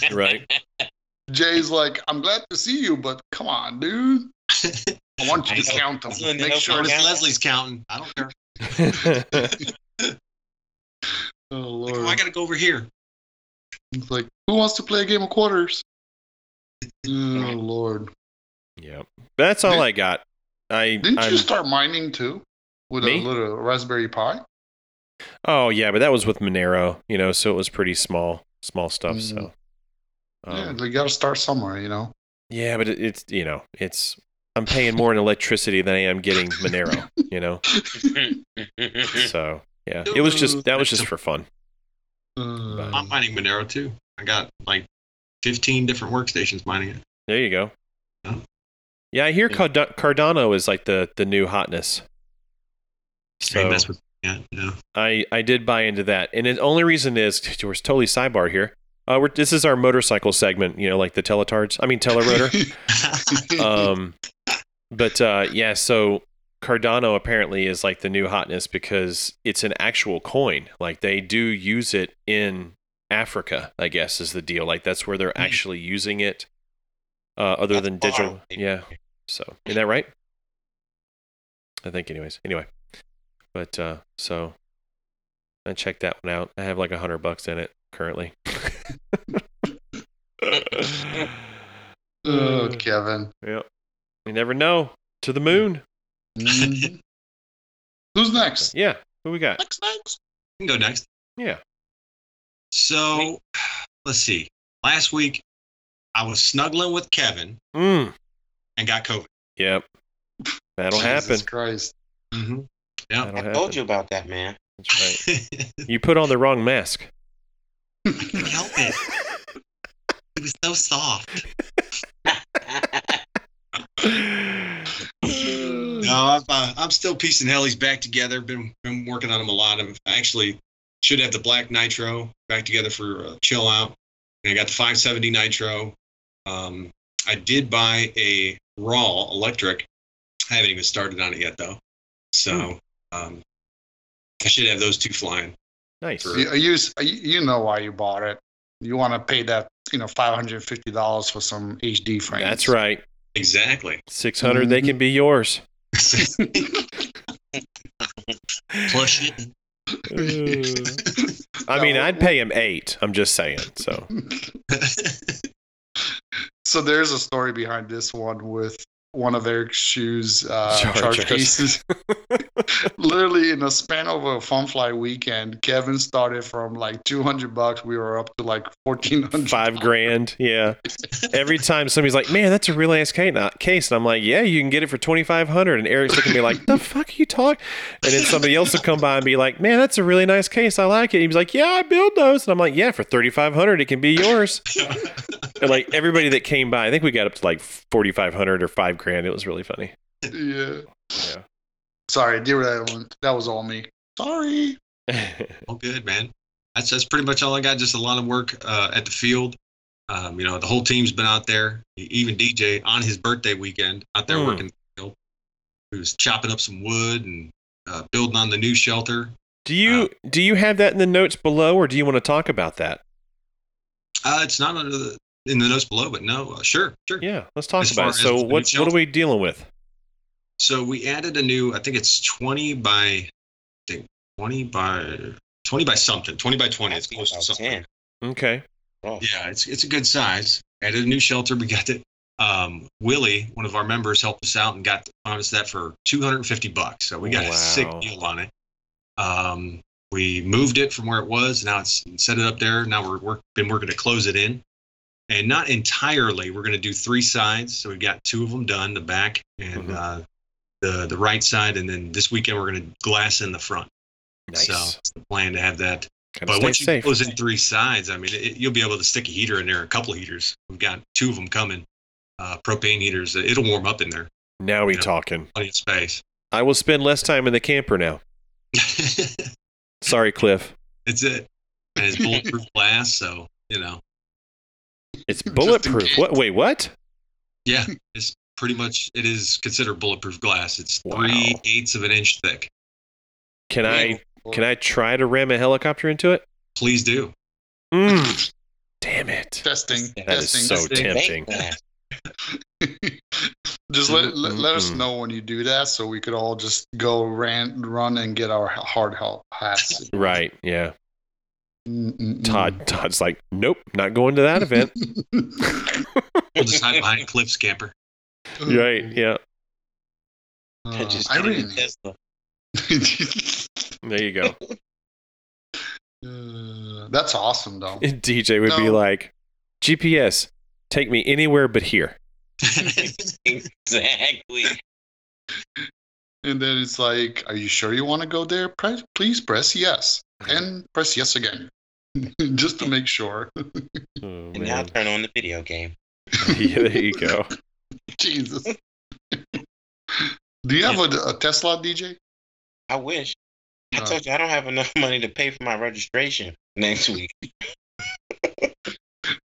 A: Right.
B: Jay's like, I'm glad to see you, but come on, dude. I want you to
D: I know.
B: count them.
D: That's when they
B: Make
D: help
B: sure.
D: out.
C: Miss
B: it's-
D: Yeah.
C: Leslie's counting. I don't care.
B: Oh
C: Like,
B: lord.
C: oh, I gotta go over here.
B: It's like, who wants to play a game of quarters? Oh lord.
A: yeah. That's all I got. I
B: Didn't
A: I'm-
B: you start mining too? With
A: Me?
B: a little Raspberry Pi?
A: Oh yeah, but that was with Monero, you know, so it was pretty small, small stuff. So,
B: Mm-hmm. yeah,
A: um,
B: they gotta start somewhere, you know.
A: yeah, but it, it's you know, it's I'm paying more in electricity than I am getting Monero, you know. So yeah, it was just that was just for fun.
B: Uh,
C: I'm mining Monero too. I got like 15 different workstations mining it.
A: There you go.
C: Yeah.
A: Yeah, I hear
D: Yeah.
A: Card- Cardano is like the the new hotness.
C: So,
A: So
C: mess with yeah, yeah.
A: I I did buy into that, and the only reason is we're totally sidebar here. Uh, we're, this is our motorcycle segment, you know, like the teletards. I mean, telerotor.
B: Uh,
A: um but uh yeah so cardano apparently is like the new hotness because it's an actual coin like they do use it in africa i guess is the deal like that's where they're actually using it uh other
D: That's
A: than digital
D: borrowed.
A: yeah so is that right i think anyways anyway but uh so i checked that one out i have like a hundred bucks in it currently
B: oh, Kevin.
A: Yep. You never know. To the moon.
B: Mhm. Who's next?
A: Yeah. Who we got?
B: Next, next.
C: You can go next.
A: Yeah.
C: So let's see. Last week I was snuggling with Kevin
A: Mm.
C: and got COVID.
A: Yep. That'll
B: Jesus
A: happen.
B: Christ.
C: Mm-hmm.
A: That'll
D: I
A: happen.
D: told you about that, man.
A: That's right. You put on the wrong mask.
C: couldn't help it. It was so soft. No, I've, uh, I'm still piecing Helly's back together. Been been working on him a lot. I've I actually should have the black nitro back together for uh, chill out. And I got the 570 nitro. Um, I did buy a raw electric. I haven't even started on it yet though, so um, I should have those two flying.
A: nice.
B: You, you, you know why you bought it. You want to pay that, you know, five hundred fifty dollars for some HD frames.
A: That's right.
C: Exactly.
A: 600, they can
B: Mm-hmm.
A: be yours.
C: Plus,
A: I mean,
B: No.
A: I'd pay him eight. I'm just saying. So,
B: So there's a story behind this one with one of Eric's shoes uh,
A: Chargers.
B: charge cases. Literally in a span of a fun fly weekend, Kevin started from like 200 bucks. We were up to like 1400.
A: five grand. Yeah. Every time somebody's like, man, that's a real ass ca- not- case. And I'm like, yeah, you can get it for 2500 And Eric's looking at me like, the fuck are you talking? And then somebody else will come by and be like, man, that's a really nice case. I like it. And he's like, yeah, I build those. And I'm like, yeah, for 3500 it can be yours. And like everybody that came by, I think we got up to like 4500 or five grand. It was really funny.
B: Yeah.
A: Yeah.
B: Sorry, dear that one. That was all me. Sorry.
C: all good, man. That's that's pretty much all I got. Just a lot of work uh, at the field. Um, you know, the whole team's been out there. E, Even DJ on his birthday weekend out there
A: Hmm.
C: working. the field. He was chopping up some wood and uh, building on the new shelter.
A: do you do you have that in the notes below, or do you want to talk about that?
C: Uh, it's not under the in the notes below, but no, uh, sure, sure.
A: Yeah, let's talk
C: As far
A: about it.
C: as
A: So
C: the
A: what what
C: shelter-
A: are we dealing with?
C: So we added a new. I think it's twenty by, I think twenty by twenty by something. Twenty by twenty. It's close to
D: About
C: something.
D: 10.
A: Okay.
D: Oh,
C: Yeah, it's it's a good size. Added a new shelter. We got it. Um, Willie, one of our members, helped us out and got found us that for 250 bucks. So we got
A: Wow.
C: a sick deal on it. Um, we moved it from where it was. Now it's set it up there. Now we're work, been working to close it in, and not entirely. We're going to do three sides. So we've got two of them done: the back and
A: Mhm.
C: uh, the the right side. And then this weekend we're going to glass in the front.
A: Nice.
C: So it's the plan to have that
A: Gotta
C: but
A: stay
C: once you
A: safe.
C: close in three sides, I mean, it, you'll be able to stick a heater in there, a couple of heaters. We've got two of them coming, uh, propane heaters. It'll warm up in there,
A: Now we
C: Yeah.
A: talking.
C: plenty of space.
A: I will spend less time in the camper now.
C: That's
A: Sorry, Cliff.
C: it. And it's bulletproof glass, so you know,
A: It's
B: Just in
A: bulletproof.
B: case.
A: What? Wait, what?
C: yeah, it's pretty much it is considered bulletproof glass. It's
A: Wow.
C: three eighths of an inch thick.
A: Can I can I try to ram a helicopter into it?
C: Please do.
A: Mm. Damn it!
B: Testing.
D: That
A: That is
B: testing.
A: so
C: testing.
A: tempting.
D: That.
B: Just let, let, let us
A: Mm-mm-mm.
B: know when you do that so we could all just go ran, run and get our hard help hats.
A: Right? Yeah.
B: Mm-mm-mm.
C: Mm.
A: Todd. Todd's like, nope, not going to that event.
C: We'll just hide behind Cliff's camper.
A: right? Yeah.
B: Uh,
D: Just
B: I
D: get in
B: really
D: the Tesla.
A: There you go.
B: Uh, that's awesome, though.
A: DJ would be
B: No.
A: like, GPS, take me anywhere but here.
D: exactly.
B: And then it's like, are you sure you want to go there? Press, please press yes, and press yes again, just to make sure.
A: Oh,
D: And now
A: man.
D: turn on the video game.
A: yeah, there you go.
B: Jesus. Do you have a, a Tesla, DJ?
D: I wish. I
B: Uh.
D: told you I don't have enough money to pay for my registration next week.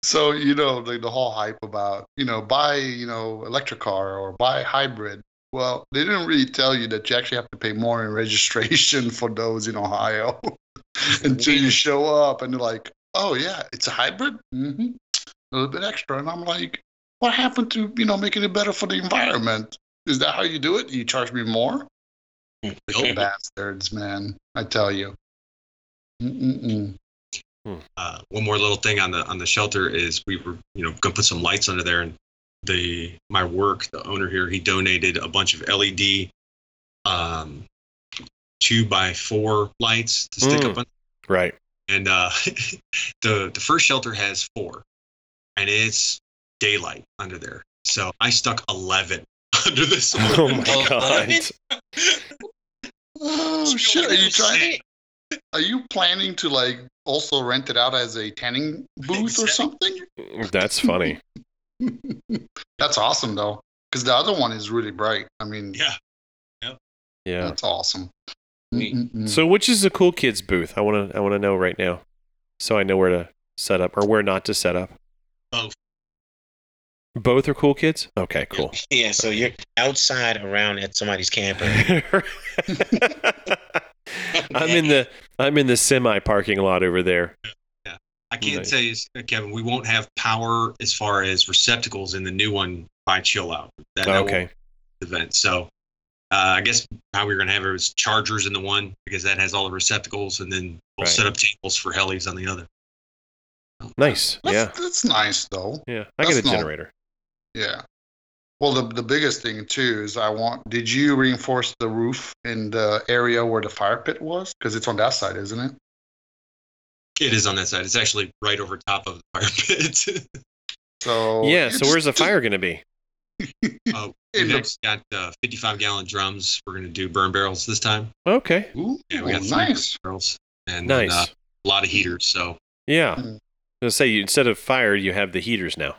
B: So you know, like the whole hype about you know, buy you know, electric car or buy hybrid. Well, they didn't really tell you that you actually have to pay more in registration for those in Ohio until you show up and they're like, "Oh yeah, it's a hybrid, hmm a little bit extra." And I'm like, "What happened to you know making it better for the environment? Is that how you do it? You charge me more, bastards, man! I tell you." Mm-mm-mm.
C: Uh, one more little thing on the on the shelter is we were you know gonna put some lights under there and the my work the owner here he donated a bunch of LED um two by four lights to stick
A: Mm.
C: up on
A: Right.
C: and uh the the first shelter has four and it's daylight under there so I stuck eleven under this one.
A: Oh my
D: Oh,
A: god.
B: Oh shit! Are you trying? Are you planning to like also rent it out as a tanning booth or
C: Exactly.
B: something?
A: That's funny.
B: That's awesome though, because the other one is really bright. I mean,
C: yeah
A: Yeah.
B: that's awesome.
D: Neat.
B: Mm-mm-mm.
A: So which is the cool kids booth? I wanna I wanna know right now. So I know where to set up or where not to set up.
C: Both.
A: Both are cool kids? Okay, cool.
D: Yeah, so you're outside around at somebody's camper.
A: I'm in the I'm in the semi parking lot over there.
C: I can
A: Nice.
C: say is, uh, Kevin, we won't have power as far as receptacles in the new one by chill out. That, that
A: okay.
C: won't event. So uh, I guess how we're gonna have it is chargers in the one because that has all the receptacles, and then we'll
A: Right.
C: set up tables for helis on the other.
A: Nice.
B: That's,
A: yeah.
B: that's nice though.
A: Yeah. I got a
B: that's not-
A: generator.
B: Yeah. Well, the the biggest thing too is I want. Did you reinforce the roof in the area where the fire pit was? Because it's on that side, isn't it?
C: It is on that side. It's actually right over top of the fire pit.
B: So
A: yeah.
B: you
A: So
B: just-
A: where's the
B: just
A: fire going to be?
C: uh, we
B: in the-
C: next got uh, 55 gallon drums. We're gonna do burn barrels this time.
A: Okay.
B: Ooh,
C: Yeah, we got three
B: nice.
C: burn barrels and then,
A: Nice.
C: uh, a lot of heaters. So.
A: yeah.
C: Hmm.
B: Mm.
A: Let's say you, instead of fire, you have the heaters now.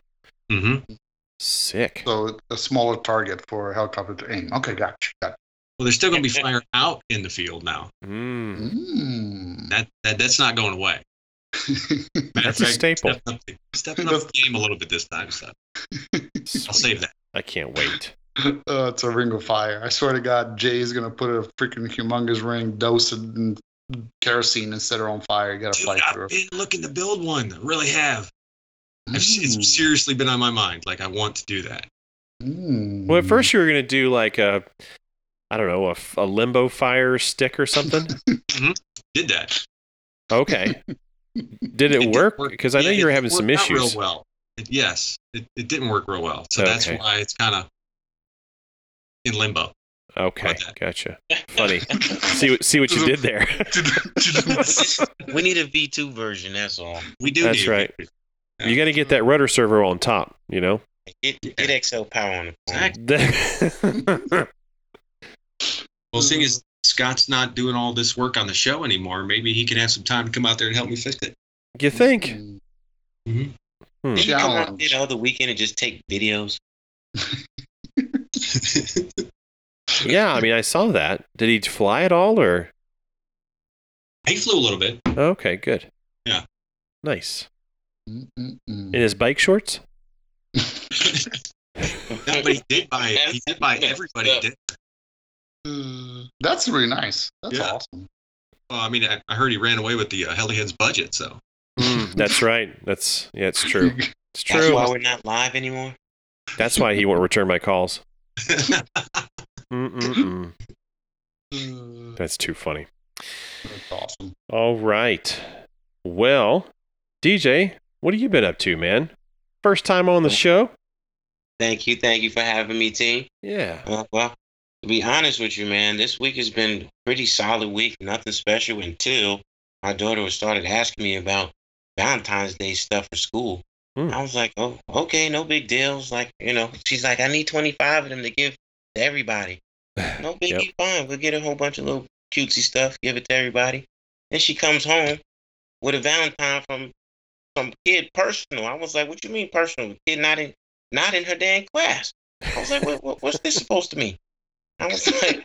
C: Mm-hmm.
A: Sick.
B: So a smaller target for a helicopter to aim. Okay, gotcha. gotcha.
C: Well, there's still going to be fire out in the field now. hmm.
A: Mm.
B: Mm.
C: That, that that's not going away. Matter of
A: That's a
C: fact,
A: staple.
C: Stepping up, the, stepping up the game a little bit this time. So I'll save that.
A: I can't wait.
B: oh, it's a ring of fire. I swear to God, Jay is gonna put a freaking humongous ring, dose it in kerosene, and set her on fire. You gotta
C: Dude,
B: fight
C: I've
B: through. it.
C: been looking to build one. I really have. I've, s-
B: Mm.
C: It's seriously been on my mind. Like I want to do that. Hmm.
B: Mm.
A: Well, at first you were going to do like a, I don't know, a, f- a limbo fire stick or something.
C: Did that?
A: Okay. Did it
C: didn't
A: work? Because I know
C: Yeah,
A: you were
C: it
A: having some
C: worked out
A: issues.
C: Real well. It- yes, it, it didn't work real well. So that's
A: Okay.
C: why it's kind of in limbo.
A: Okay,
C: About that.
A: gotcha. Funny.
B: Mm.
A: see what see what you did there.
D: We need a V2 version, that's all.
C: We do.
A: That's
C: need-
A: right. You got to get that rudder servo on top. You know.
D: Get, get XL power on the phone.
C: Exactly.
A: That's
C: Well, seeing as Scott's not doing all this work on the show anymore, maybe he can have some time to come out there and help me fix it.
A: you think?
D: Did you come out
B: Challenge.
D: there the other weekend and just take videos?
A: Yeah, I mean, I saw that. Did he fly at all, or
C: he flew a little bit.
A: okay, good.
C: Yeah.
A: Nice.
B: Mm-mm-mm.
A: In his bike shorts.
C: No, but he did buy. He did buy everybody. Did.
B: Uh, That's really nice. That's
C: Yeah.
B: awesome.
C: Well, I mean, I, I heard he ran away with the uh, Helihead's budget. So
A: Mm, that's right. That's yeah, it's true. It's
D: That's
A: true.
D: why we're not live anymore.
A: That's why he won't return my calls. Mm-mm-mm.
B: Uh,
A: That's too funny.
B: That's awesome.
A: All right. Well, DJ, what have you been up to, man? First time on the show?
D: Thank you, thank you for having me, team.
A: Yeah.
D: Uh, well, to be honest with you, man, this week has been a pretty solid week. Nothing special until my daughter started asking me about Valentine's Day stuff for school.
A: Hmm.
D: I was like, oh, okay, no big deals. Like, you know, she's like, I need 25 of them to give to everybody. No biggie, fine. We'll get a whole bunch of little cutesy stuff, give it to everybody. Then she comes home with a Valentine from some kid personal. I was like, what you mean personal? The kid not in, not in her damn class. I was like, what, what, what's this supposed to mean? I was like,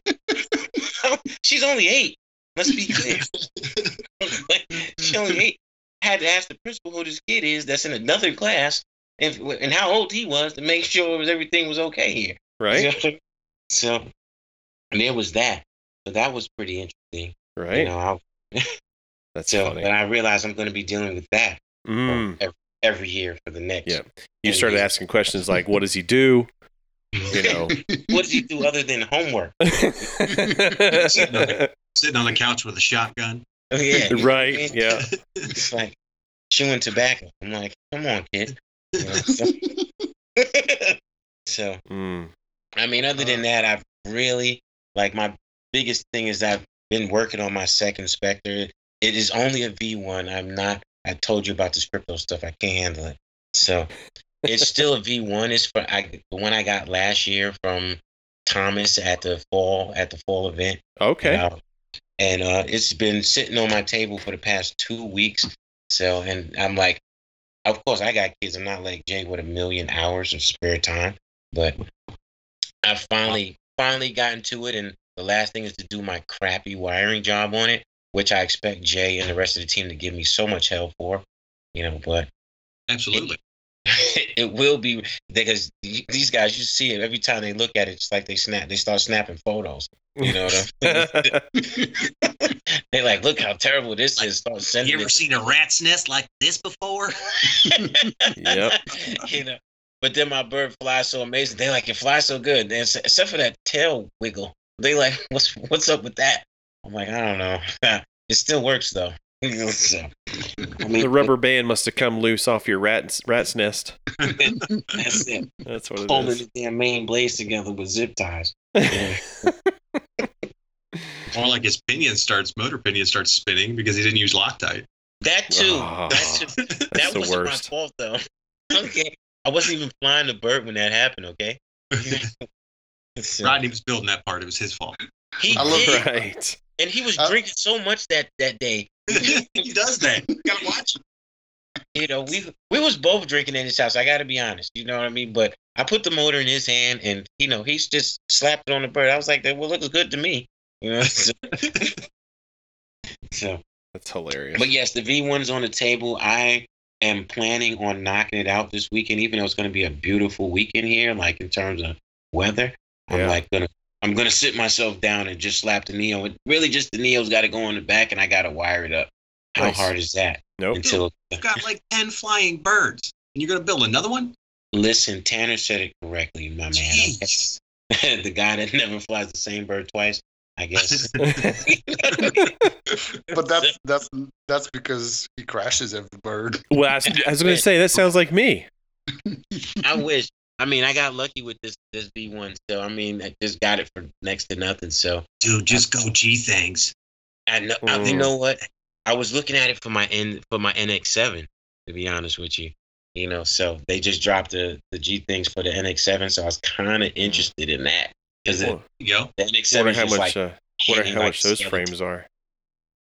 D: she's only eight. Let's be clear. she only eight. I had to ask the principal who this kid is that's in another class and, and how old he was to make sure it was, everything was okay here.
A: Right?
D: so, and there was that. So that was pretty interesting. You
A: Right?
D: know, I,
A: That's
D: so, but
A: funny.
D: I realized I'm going to be dealing with that
A: Mm.
D: every, every year for the next.
A: Yeah. You started asking questions like, what does he do? You know.
D: What does he do other than homework?
C: sitting on the couch with a shotgun.
D: Oh, yeah.
A: right. Yeah.
D: It's like chewing tobacco. I'm like, come on, kid. You know, so, so,
A: Mm.
D: I mean, other than that, I've really like my biggest thing is I've been working on my second Spectre. It is only a V one. I'm not. I told you about this crypto stuff. I can't handle it. So it's still a V one. It's for I, the one I got last year from Thomas at the fall at the fall event.
A: Okay.
D: Uh, and uh, it's been sitting on my table for the past two weeks. So, and I'm like, of course, I got kids. I'm not like Jay with a million hours of spare time, but I finally, finally gotten to it. And the last thing is to do my crappy wiring job on it, which I expect Jay and the rest of the team to give me so much hell for, you know, but
C: Absolutely.
D: it will be because these guys, you see it every time they look at it, it's like they snap, they start snapping photos. You know what They like, look how terrible this
E: Like,
D: is. Start sending
E: you ever
D: it.
E: seen a rat's nest like this before?
A: Yep.
D: you know. But then my bird flies so amazing. They like it flies so good, and s- except for that tail wiggle. They like what's what's up with that? I'm like I don't know. it still works though. So, I mean,
A: The rubber band must have come loose off your rat's rat's nest.
D: That's it.
A: That's what it
D: Holding
A: is.
D: the damn main blades together with zip ties.
C: More like his pinion starts, motor pinion starts spinning because he didn't use Loctite.
D: That too.
A: Ah,
D: that too.
A: That's
D: That
A: the
D: wasn't
A: worst.
D: my fault though. okay, I wasn't even flying the bird when that happened. Okay. So,
C: Rodney was building that part. It was his fault.
D: He
B: I love
D: did,
A: Right.
D: and he was
B: I-
D: drinking so much that that day.
C: he does that. You gotta watch him.
D: You know, we we was both drinking in his house. I got to be honest. You know what I mean? But I put the motor in his hand, and you know, he's just slapped it on the bird. I was like, "That well looks good to me." You know. So, so
A: That's hilarious.
D: But yes, the V1's on the table. I am planning on knocking it out this weekend, even though it's going to be a beautiful weekend here, like in terms of weather.
A: Yeah.
D: I'm like gonna, I'm gonna sit myself down and just slap the neo. And really, just the neo's got to go on the back, and I got to wire it up. How
A: Nice.
D: hard is that?
A: Nope.
D: Until
C: You've got like 10 flying birds, and you're gonna build another one?
D: listen, Tanner said it correctly, my man. okay?
C: Jeez.
D: the guy that never flies the same bird twice. I guess.
B: but that's that's that's because he crashes every bird.
A: well, I was, I was going to say that sounds like me.
D: I wish. I mean, I got lucky with this this V1. So I mean, I just got it for next to nothing. So
E: Dude, just go G things.
D: I know. I, you
A: Mm.
D: know what? I was looking at it for my N for my NX7. To be honest with you, you know, so they just dropped the the G things for the NX7. So I was kind of interested in that because the,
A: Wonder
C: You go.
D: the NX7
A: Mm. wonder
D: is
A: how
D: just
A: much.
D: like
A: uh, wonder
D: hanging
A: how
D: like
A: much those
D: skeleton.
A: frames are.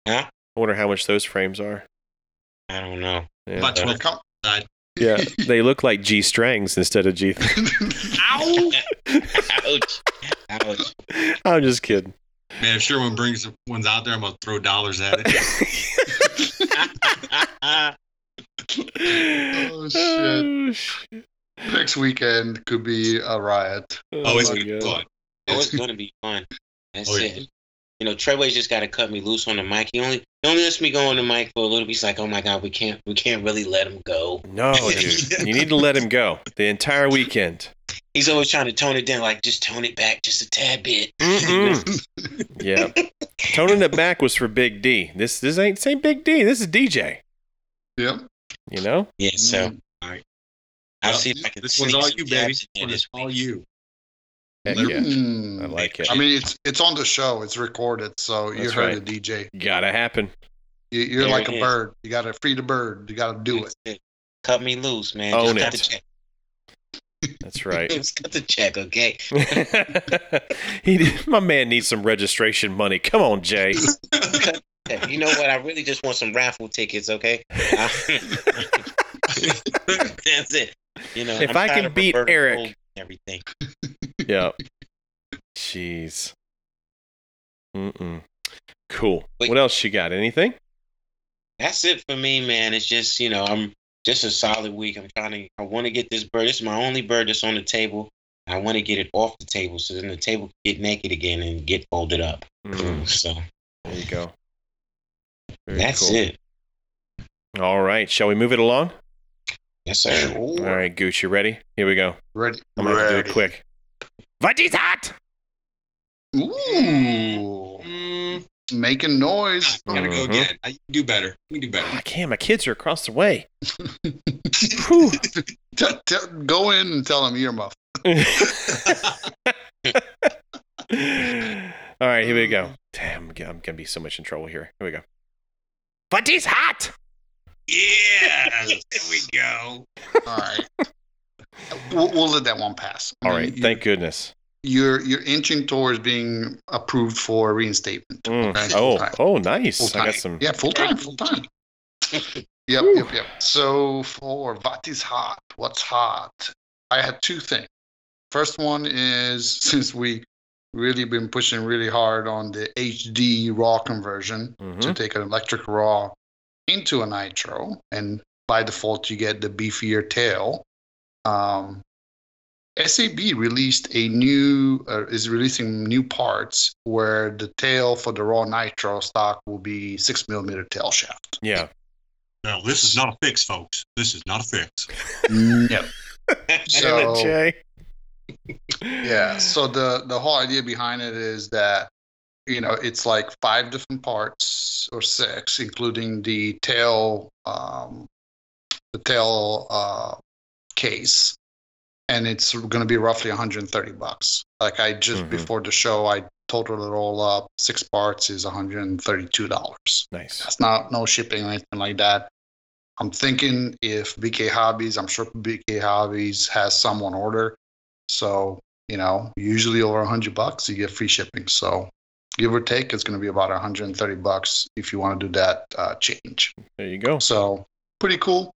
D: Huh?
A: I wonder how much those frames are.
D: I don't know.
A: Yeah.
C: About 12
B: Come-
A: Yeah, they look like G strings instead of G.
C: Ow!
D: Ouch! Ouch!
A: I'm just kidding.
C: Man, if Sherwin brings ones out there, I'm gonna throw dollars at it.
A: oh
B: shit.
A: shit.
B: Next weekend could be a riot.
C: Oh, it's
A: my
C: good.
A: God.
D: Oh, it's gonna be fun. That's
C: Oh, yeah.
D: it. You know, Treyway's just gotta cut me loose on the mic. He only he only lets me go on the mic for a little bit. He's like, "Oh my god, we can't we can't really let him go."
A: No, dude, you need to let him go the entire weekend.
D: He's always trying to tone it down, like just tone it back just a tad bit.
A: Mm-mm. yeah, toning it back was for Big D. This this ain't same Big D. This is DJ.
B: Yep.
A: You know.
D: Yeah, so
B: Mm.
D: I'll
C: Well,
D: see if I can.
C: This one's
D: sneak
C: all
D: some
C: you, baby.
D: jabs in
C: This
D: this
C: one's all
D: week.
C: you.
A: Heck
C: Let
A: yeah,
B: Mm.
A: I like it.
B: I mean, it's it's on the show. It's recorded, so you
A: That's
B: heard
A: right.
B: the DJ.
A: Gotta happen.
B: You, you're
D: There
B: like
D: it
B: a
D: is.
B: bird. You gotta free the bird. You gotta do it.
D: Cut me loose, man.
A: Own
D: just cut
A: it.
D: the check.
A: That's right.
D: Just cut the check, okay?
A: he, my man needs some registration money. Come on, Jay.
D: Yeah, You know what? I really just want some raffle tickets, okay? That's it. You know,
A: If I
D: tired
A: can
D: of
A: beat
D: Roberta
A: Eric-
D: Gold and everything.
A: Yeah. Jeez. Mm-mm. Cool.
D: Wait.
A: What else you got? Anything?
D: That's it for me, man. It's just you know, I'm just a solid week. I'm trying to. I want to get this bird. It's my only bird that's on the table. I want to get it off the table so then the table can get naked again and get folded up.
A: Mm,
D: So
A: there you go. Very
D: that's
A: cool.
D: it.
A: All right. Shall we move it along?
D: Yes, sir.
A: All right, Gooch, you ready? Here we go.
B: Ready.
A: I'm gonna have to do
B: Ready.
A: it quick. What is that?
B: Ooh,
C: Mm,
A: Mm-hmm.
B: making noise.
C: I gotta go
A: Mhm.
C: again. I you do better. You do
A: Oh,
C: better.
A: I can't. My kids are across the way. Whew.
B: T- t- go in and tell him earmuff.
A: All right, here we go. Damn, I'm g- I'm gonna be so much in trouble here. Here we go. But he's hot.
C: Yeah, there we go.
B: All right. We'll, we'll let that one pass. I
A: All
B: mean,
A: right,
B: you-
A: thank goodness.
B: You're you're inching towards being approved for reinstatement.
A: Mm.
B: Okay.
A: Oh,
B: Alright.
A: oh, nice.
B: Full
A: I got
B: time.
A: some.
B: Yeah, full time, full time. Yep,
A: Whew.
B: yep, yep. So for what is hot, what's hot, I had two things. First one is since we really been pushing really hard on the HD raw conversion
A: Mhm.
B: to take an electric raw into a nitro, and by default you get the beefier tail. Um, SAB released a new uh, is releasing new parts where the tail for the raw nitro stock will be six millimeter tail shaft.
A: Yeah.
F: No, this is not a fix, folks. This is not a fix.
B: no.
A: Damn it,
B: So-
A: Jay.
B: Yeah. So the the whole idea behind it is that you know it's like five different parts or six, including the tail um, the tail uh, case, and it's going to be roughly 130 bucks. Like I just
A: Mhm.
B: before the show, I totaled it all up. Six parts is 132 dollars.
A: Nice.
B: That's not no shipping or anything like that. I'm thinking if BK Hobbies, I'm sure BK Hobbies has some on order. So, you know, usually over 100 bucks, you get free shipping. So, give or take, it's going to be about 130 bucks if you want to do that uh, change.
A: There you go.
B: So, pretty cool.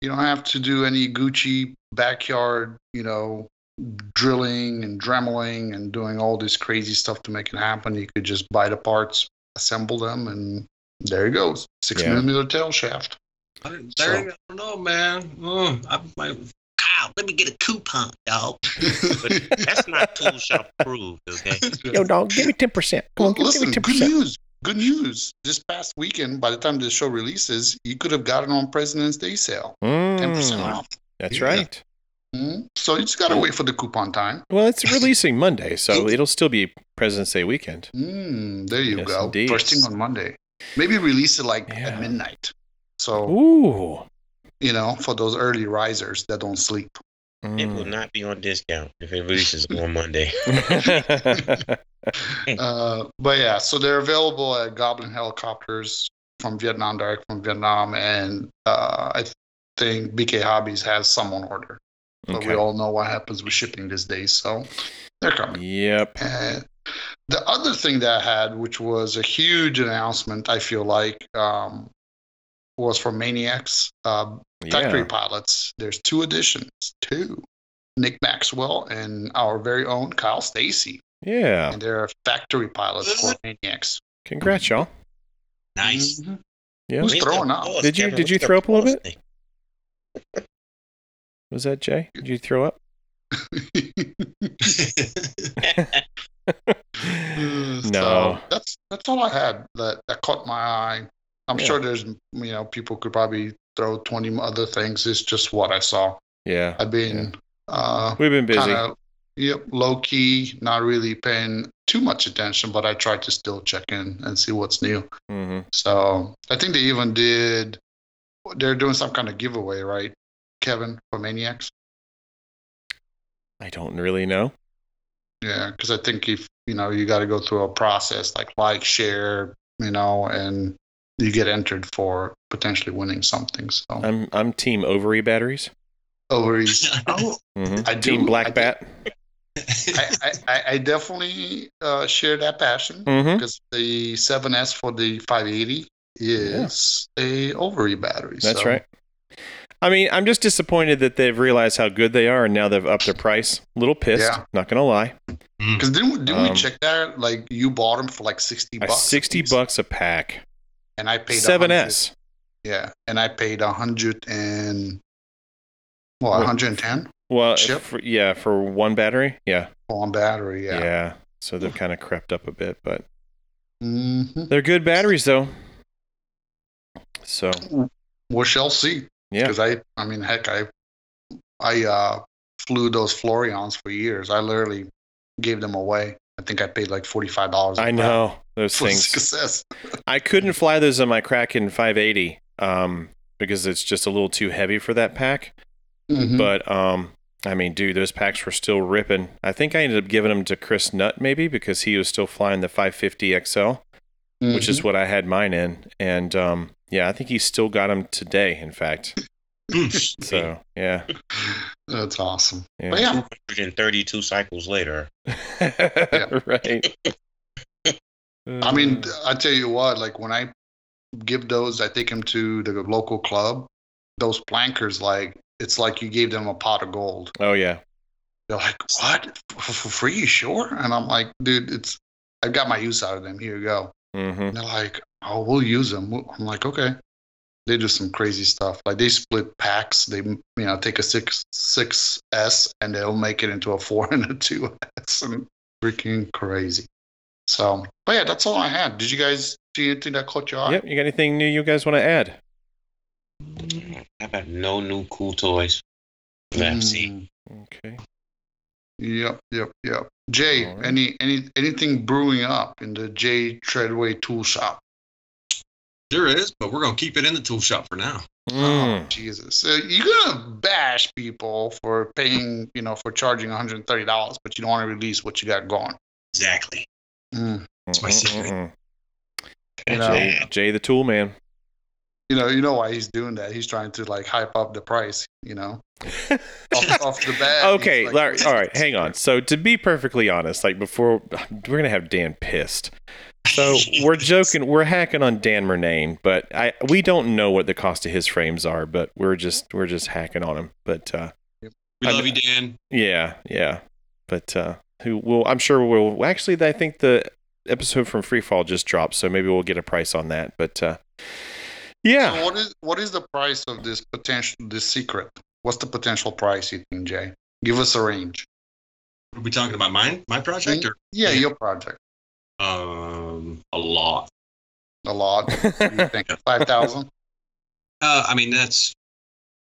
B: You don't have to do any Gucci backyard, you know, drilling and dremeling and doing all this crazy stuff to make it happen. You could just buy the parts, assemble them, and there it goes. Six
A: Yeah.
B: millimeter tail shaft.
C: I don't, there, I don't know, man. Oh, I, my,
E: Kyle, let me get a coupon, dog.
D: That's not tool shop approved, okay?
A: dog, give me ten percent.
B: Listen, good news. Good news. This past weekend, by the time the show releases, you could have gotten on President's Day sale. 10%
A: Hmm.
B: off.
A: Mm. That's
B: Yeah.
A: right.
B: Mhm. So you just got to wait for the coupon time.
A: Well, it's releasing Monday, so it'll still be President's Day weekend.
B: Mm, there you
A: Yes,
B: go.
A: indeed.
B: First thing on Monday. Maybe release it like
A: Yeah.
B: at midnight. So,
A: Ooh.
B: you know, for those early risers that don't sleep.
D: It will not be on discount if it releases on Monday.
A: Mm.
B: Uh, but yeah, so they're available at Goblin Helicopters from Vietnam, direct from Vietnam. And uh, I think BK Hobbies has some on order. But we
A: Okay.
B: all know what happens with shipping these days. So they're coming.
A: Yep.
B: And the other thing that I had, which was a huge announcement, I feel like, um, was for Maniacs uh, Factory
A: Yeah.
B: Pilots. There's two editions, two. Nick Maxwell and our very own Kyle Stacy,
A: Yeah.
B: and they're factory pilots for Maniacs.
A: Congrats, y'all.
E: Nice.
B: Mhm.
A: Yeah.
B: Who's throwing up?
A: Did you- did you throw up a little bit? Was that Jay? Did you throw up?
B: Uh,
A: No.
B: so that's that's all I had that, that caught my eye. I'm
A: Yeah.
B: sure there's you know people could probably throw 20 other things. It's just what I saw.
A: Yeah.
B: I've been uh,
A: We've been busy.
B: kind of yep low key, not really paying too much attention, but I tried to still check in and see what's new.
A: hmm
B: So I think they even did. They're doing some kind of giveaway, right? Kevin for Maniacs.
A: I don't really know.
B: Yeah, because I think if you know, you got to go through a process like like, share, you know, and you get entered for potentially winning something. So
A: I'm I'm team ovary batteries.
B: ovaries. oh,
A: hmm
B: I
A: team
B: do-
A: black
B: I do-
A: bat.
B: I, I- I, I definitely uh, share that passion
A: hmm
B: because the 7S for the 580 is a ovary battery.
A: That's
B: so-
A: right. I mean, I'm just disappointed that they've realized how good they are and now they've upped their price. Little pissed,
B: Yeah.
A: not gonna lie.
B: Because didn't, we- didn't
A: Um,
B: we check that? Like you bought them for like 60
A: Uh,
B: bucks.
A: Sixty
B: apiece,
A: bucks a pack.
B: And I paid 100
A: 7S.
B: Yeah, and I paid a hundred and well,
A: What?
B: one hundred and ten
A: Well,
B: Chip?
A: for, yeah, for one battery. Yeah.
B: on battery. Yeah.
A: So they've kind of crept up a bit, but
B: Mhm.
A: they're good batteries though. So
B: We shall see.
A: yeah,
B: Because I, I mean, heck, I, I uh, flew those Florians for years. I literally gave them away. I think I paid like forty five dollars.
A: I know those
B: For
A: things.
B: success.
A: I couldn't fly those on my Kraken 580 um, because it's just a little too heavy for that pack.
B: Mhm.
A: But um, I mean, dude, those packs were still ripping. I think I ended up giving them to Chris Nutt maybe because he was still flying the 550 XL, which
B: Mm-hmm.
A: is what I had mine in. And um, yeah, I think he's still got them today. In fact, so yeah,
B: Mm-hmm. that's awesome. But
A: yeah,
B: yeah,
D: 132 cycles later.
A: right. Mm.
B: I mean, I tell you what, like when I give those, I take them to the local club. Those plankers, like it's like you gave them a pot of gold.
A: oh yeah,
B: They're like, "What for, for free? You Sure?" And I'm like, "Dude, it's I've got my use out of them. Here you go."
A: mm-hmm.
B: And they're like, "Oh, we'll use them." I'm like, "Okay." They do some crazy stuff. Like they split packs. They you know take a six six S and they'll make it into a four and a two S and freaking crazy. So, but yeah, that's all I had. Did you guys do anything that caught your eye?
A: Yep. You got anything new you guys want to add?
D: How about no new cool toys? Let's see.
B: Mm,
A: Okay.
B: Yep, yep, yep. Jay,
A: All right.
B: any any anything brewing up in the Jay Treadway tool shop?
C: There is, but we're gonna keep it in the tool shop for now.
A: Mm.
B: Oh, Jesus. So you're going to bash people for paying, you know, for charging $130, but you don't want to release what you got going.
C: Exactly.
B: Mm.
A: That's
C: my secret.
B: You, know,
A: Mm-hmm. Jay, Jay the Tool Man.
B: you know, you know why he's doing that. He's trying to like hype up the price, you know, off, off the bat.
A: okay,
B: He's
A: all
B: like-
A: right, all right, hang on. So to be perfectly honest, like before, we're gonna have Dan pissed. So we're joking, we're hacking on Dan Murnane, but I we don't know what the cost of his frames are, but we're just we're just hacking on him. But uh,
C: We
A: I'm-
C: love you, Dan.
A: yeah, yeah, but uh, who will? I'm sure we'll actually. I think the episode from Freefall just dropped, so maybe we'll get a price on that. But uh, yeah,
B: So what is what is the price of this potential this secret? What's the potential price you think, Jay? Give us a range.
C: Are we talking about mine, my project, or
B: Yeah,
C: Yeah.
B: your project.
C: um, a lot?
B: A lot. What do you think? Five thousand?
C: Uh, I mean, that's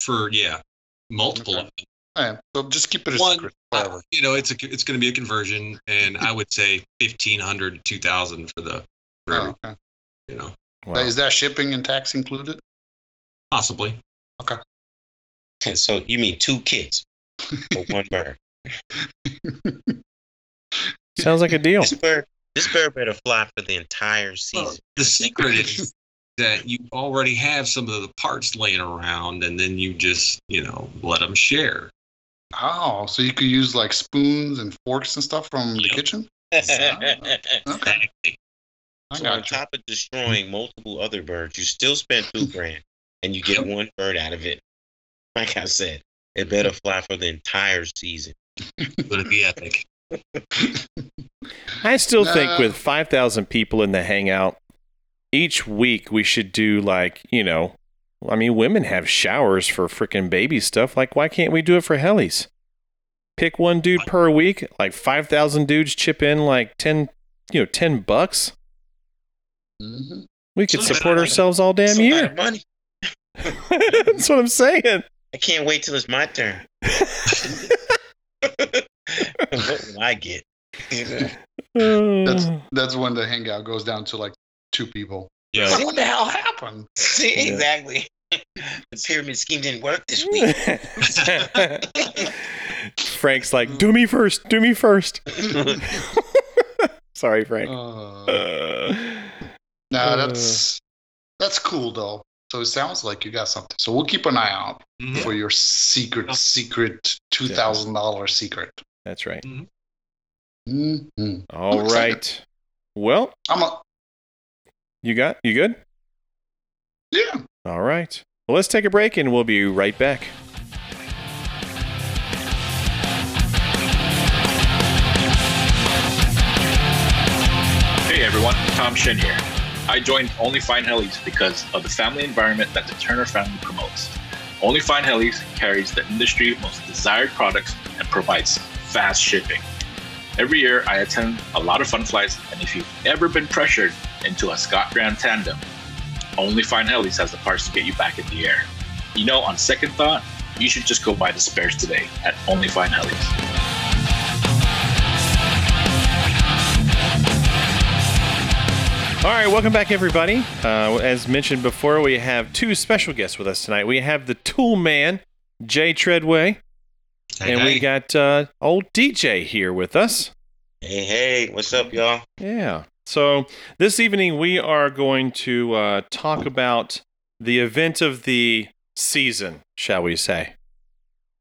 C: for yeah, multiple
B: Okay.
C: of them.
B: Yeah, so just keep it a
C: One-
B: secret
C: Uh,
B: forever.
C: you know, it's a it's going to be a conversion, and I would say fifteen hundred to two thousand for the for every,
B: Oh, okay.
C: you know
A: Wow.
B: Is that shipping and tax included?
C: possibly.
D: So you mean two kids for one bird?
A: sounds like a deal.
D: This bird, this bird better fly for the entire season.
C: Well, the secret is that you already have some of the parts laying around, and then you just you know let them share.
B: Oh, so you could use like spoons and forks and stuff from the
C: Yep.
B: kitchen? Okay,
C: Exactly.
B: I
D: so on
B: got you.
D: top of destroying multiple other birds, you still spend two grand and you get one bird out of it. Like I said, it better fly for the entire season.
C: But it'd be epic.
A: I still think
B: Nah.
A: with 5,000 people in the hangout, each week we should do like, you know, I mean, women have showers for freaking baby stuff. Like, why can't we do it for helis? Pick one dude per week, like 5,000 dudes chip in like 10, you know, 10 bucks.
B: Mhm.
A: We could
C: Sounds like
A: support
C: I-
A: ourselves all
D: It's
A: damn
D: a lot
A: year.
D: of money.
A: That's what I'm saying.
D: I can't wait till it's my turn. what will I get?
B: That's
A: Uh,
B: that's when the hangout goes down to like two people.
C: Yeah.
B: Like, what the hell happened?
D: See,
A: Yeah.
D: exactly. The pyramid scheme didn't work this week.
A: Frank's like, do me first, do me first. Sorry, Frank.
B: Uh,
A: Uh,
B: nah, that's that's cool though. So it sounds like you got something. So we'll keep an eye out
D: Mm-hmm.
C: Mhm.
B: for your secret, secret two thousand dollar secret.
A: that's right.
B: Mm-hmm.
A: All
B: Looks like
A: right. Well,
B: I'm a
A: you got you good?
B: yeah.
A: All right. Well, let's take a break and we'll be right back.
G: Hey everyone, Tom Shin here. I joined Only Fine Helis because of the family environment that the Turner family promotes. Only Fine Helis carries the industry most desired products and provides fast shipping. Every year I attend a lot of fun flights, and if you've ever been pressured into a Scott Graham tandem, Only Fine Helis has the parts to get you back in the air. You know, on second thought, you should just go buy the spares today at Only Fine Helis.
A: All right, welcome back, everybody. Uh, as mentioned before, we have two special guests with us tonight. We have the Tool Man, Jay Treadway, and we
C: Hey,
A: got uh, old DJ here with us.
D: Hey, hey, what's up, y'all?
A: Yeah. So this evening we are going to uh, talk about the event of the season, shall we say?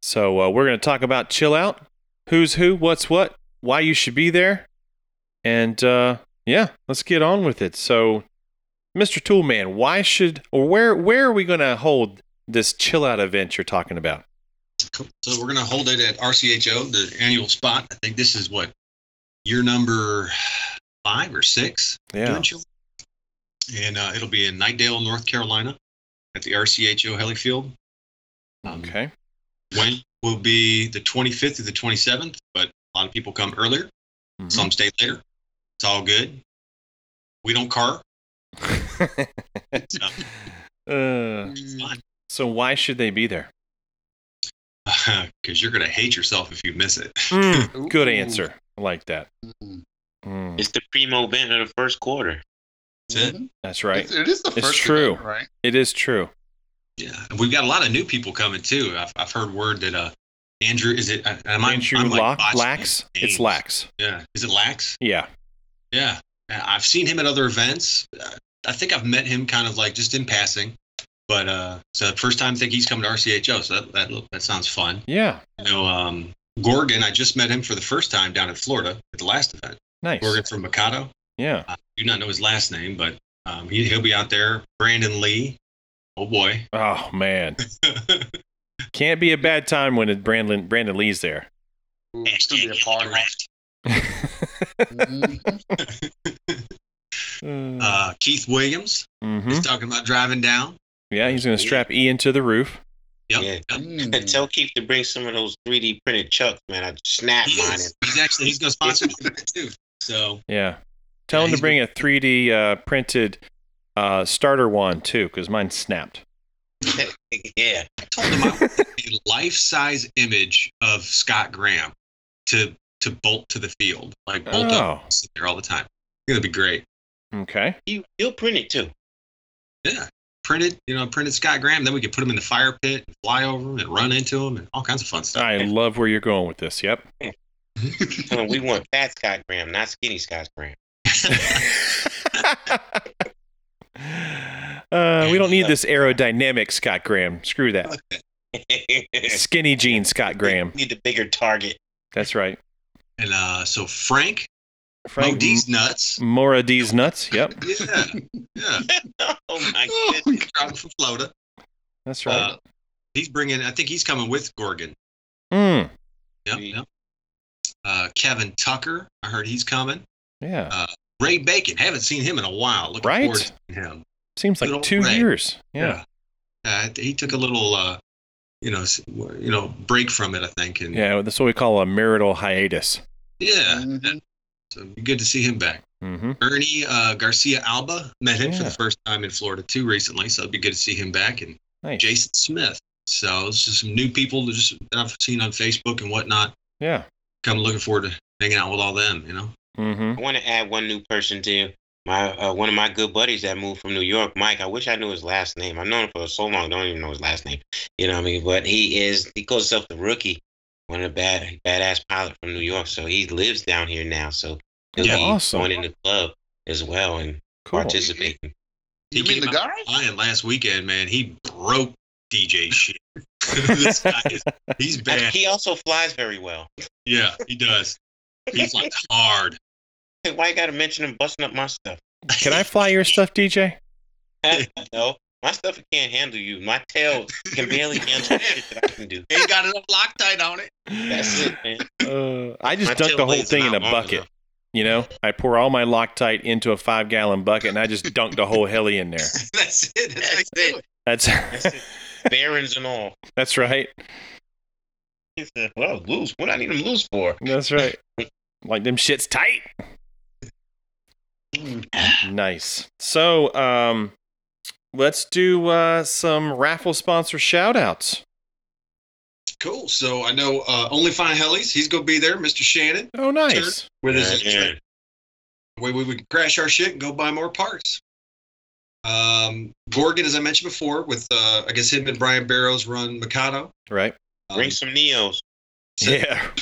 A: So uh, we're going to talk about chill out, who's who, what's what, why you should be there, and uh, yeah, let's get on with it. So, Mr. Toolman, why should or where where are we going to hold this chill out event you're talking about?
C: Cool. So we're gonna hold it at RCHO, the annual spot. I think this is what year number five or six.
A: Yeah.
C: doing children. And uh, it'll be in Nightdale, North Carolina. at the RCHO Heli Field. Um,
A: Okay.
C: When will be the 25th to the 27th, but a lot of people come earlier.
A: Mhm.
C: Some stay later. It's all good. We don't car.
A: Mm-hmm. uh, so why should they be there?
C: Because uh, you're going to hate yourself if you miss it.
B: Hmm.
A: Mm, good
B: Ooh.
A: answer. I like that.
B: Mhm.
A: Mm,
D: It's the primo event of the first quarter.
C: That's it.
B: Mhm.
A: that's right.
B: It, it is the
A: It's
B: first
A: true.
B: event, right?
A: It is true.
C: Yeah. And we've got a lot of new people coming too. I've, I've heard word that uh, Andrew, is it? uh, I- I'm,
A: Andrew
C: I'm like
A: Lock,
C: botching
A: Lax. It's
C: names.
A: Lax.
C: Yeah. Is it Lax?
A: Yeah.
C: Yeah. Uh, I've seen him at other events. Uh, I think I've met him kind of like just in passing. But uh, so the first time I think he's coming to RCHO. So that, that, that sounds fun.
A: Yeah.
C: You know, um, Gorgon, I just met him for the first time down in Florida at the last event.
A: Nice.
C: Gorgon from Mikado.
A: Yeah.
C: I do not know his last name, but um, he, he'll be out there. Brandon Lee. Oh, boy.
A: Oh man. Can't be a bad time when it- Brandon Brandon Lee's there.
B: Ooh, it's gonna be a party. Mhm.
A: Uh,
C: uh, Keith Williams
A: mhm.
C: is talking about driving down.
A: Yeah, he's gonna strap Ian to the roof.
C: Yep.
D: Yeah.
C: yep.
B: Mm.
D: Tell Keith to bring some of those 3D printed chucks, man. I snapped
C: He
D: mine.
C: is. He's actually he's gonna sponsor the event too. So
A: Yeah. Tell
C: Yeah,
A: him to
C: he's
A: bring a 3D uh, printed uh, starter wand too, because mine snapped.
D: yeah.
C: I told him I want a life-size image of Scott Graham to to bolt to the field, like bolt up,
A: Oh.
C: sit there all the time. It's gonna be great.
A: Okay.
D: You, you'll print it too.
C: Yeah, printed, you know, printed Scott Graham. Then we could put him in the fire pit, and fly over him, and run into him, and all kinds of fun stuff.
A: I love where you're going with this. Yep.
D: Tell him we want fat Scott Graham, not skinny Scott Graham.
A: Uh, we don't need this aerodynamic Scott Graham. Screw that.
D: Need
A: Skinny jean Scott Graham.
D: the bigger target.
A: That's right.
C: And uh, so Frank, Frank
A: Frank
C: oh, these nuts.
A: Mora D's nuts. Yep.
C: Yeah, yeah.
D: Oh my
B: Oh,
D: goodness.
B: my
C: Driving from Florida.
A: That's right.
C: Uh, he's bringing. I think he's coming with Gorgon.
A: Mm.
C: Yep.
D: Sweet.
C: yep. Uh, Kevin Tucker. I heard he's coming.
A: Hmm, Yeah.
C: Ray Bacon. Haven't seen him in a while. Looking
A: Right?
C: forward to seeing him.
A: Seems
C: good
A: like
C: old
A: two
C: Ray.
A: years. Yeah.
C: Uh, he took a little, uh, you know, s- you know, break from it. I think. And yeah.
A: Yeah. That's what we call a marital hiatus.
B: Mhm.
C: So it'd be good to see him back.
A: Mm-hmm.
C: Ernie uh, Garcia Alba met him for
A: Yeah.
C: the first time in Florida too recently. So it'd be good to see him back. And
A: Nice.
C: Jason Smith. So it's just some new people that just that I've seen on Facebook and whatnot.
A: Yeah.
C: Come looking forward to hanging out with all them. You know.
A: Mm-hmm.
D: I want to add one new person to my uh, one of my good buddies that moved from New York, Mike. I wish I knew his last name. I've known him for so long, don't even know his last name. You know what I mean? But he is he calls himself the rookie, one of the bad badass pilot from New York. So he lives down here now. So he'll
A: Yeah,
D: be
A: awesome.
D: going in the club as well and
A: Cool.
D: participating.
B: You
C: He
B: mean the
C: came
B: guy?
C: Lion last weekend, man, he broke DJ shit. this guy is, he's
D: And
C: bad.
D: He also flies very well.
C: Yeah, he does. He's like hard.
D: Hey, why you gotta mention him busting up my stuff?
A: Can I fly your stuff, DJ?
D: no, my stuff can't handle you. My tail can barely handle the shit that I can do.
C: Ain't got enough Loctite on it.
D: That's it, man.
A: Uh, I just
D: My
A: dunk the
D: tail
A: whole
D: blades are
A: thing in
D: not
A: a
D: long
A: bucket.
D: enough.
A: You know, I pour all my Loctite into a five gallon bucket and I just dunk the whole heli in there.
C: That's it. That's,
D: That's
C: it.
D: it.
A: That's
D: That's it. Barons and all.
A: that's right.
D: He said, "Well, loose. What I need them loose for?"
A: That's right. Like them shits tight. Nice. So, um, let's do uh, some raffle sponsor shout outs.
C: Cool. So I know uh, Only Fine Hellies. He's gonna be there. Mr. Shannon
A: Oh, nice.
C: with his
D: Yeah.
C: where we would crash our shit and go buy more parts. Um, Gorgon, as I mentioned before, with uh, I guess him and Brian Barrows run Mikado.
A: Right.
C: Um,
D: Bring some neos.
C: so-
A: Yeah.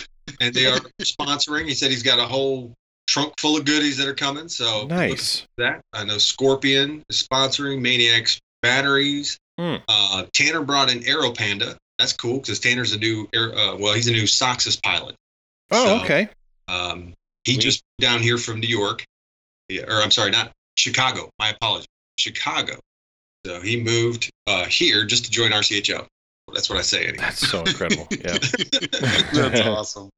C: and they are sponsoring. He said he's got a whole trunk full of goodies that are coming. So look
A: Nice.
C: for that. I know Scorpion is sponsoring Maniacs batteries.
A: Hmm.
C: Uh, Tanner brought in Aero Panda. That's cool because Tanner's a new air. Uh, well, he's a new Soxus pilot.
A: Oh,
C: So,
A: okay.
C: Um, he
D: Sweet.
C: just down here from New York, yeah, or I'm sorry, not Chicago. My apologies, Chicago. So he moved uh, here just to join RCHO. That's what I say. Anyway.
A: That's so incredible. Yeah.
B: That's awesome.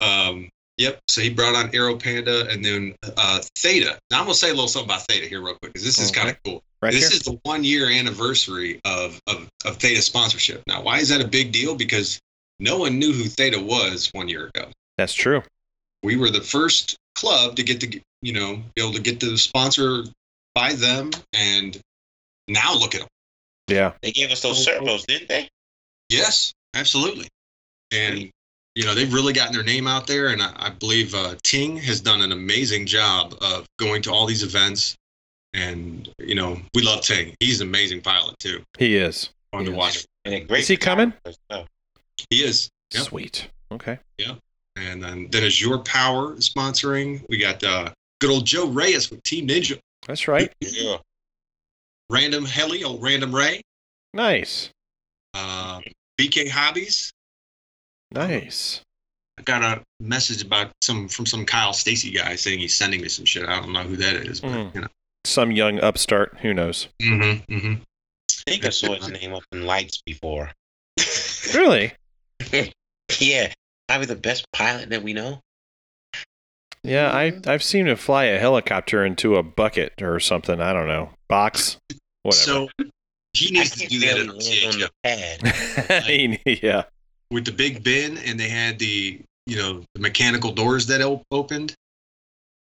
C: Um, yep. So he brought on Aero Panda and then uh, Theta. Now I'm gonna say a little something about Theta here real quick because this is
A: Oh, Okay.
C: kind of cool.
A: Right
C: this
A: here.
C: is the one year anniversary of, of, of Theta sponsorship. Now, why is that a big deal? Because no one knew who Theta was one year ago.
A: That's true.
C: We were the first club to get to, you know, be able to get the sponsor by them. And now look at them.
A: Yeah.
D: They gave us those circles, didn't they?
C: Yes, absolutely. And, you know, they've really gotten their name out there. And I, I believe uh, Ting has done an amazing job of going to all these events. And, you know, we love Ting. He's an amazing pilot, too.
A: He is.
C: Fun to
A: Yes.
C: watch.
D: And a great
A: Is he coming?
D: No.
C: He is. Yep.
A: Sweet. Okay.
C: And then, then is Your Power sponsoring. We got uh, good old Joe Reyes with Team Ninja.
A: That's right.
D: Yeah.
C: Random Heli, old Random Ray.
A: Nice.
C: Uh, BK Hobbies.
A: Nice.
C: I got a message about some from some Kyle Stacy guy saying he's sending me some shit. I don't know who that is, but
A: Mm.
C: you know.
A: Some young upstart. Who knows?
C: Mm-hmm, mm-hmm.
D: I think I saw his name up in lights before.
A: Really?
D: yeah, probably the best pilot that we know.
A: Yeah. I I've seen him fly a helicopter into a bucket or something. I don't know. Box. Whatever.
C: So he needs to
D: I
C: do that
D: barely land
C: at
D: on
C: RCHF
D: the pad.
A: yeah.
C: with the big bin, and they had the you know the mechanical doors that op- opened.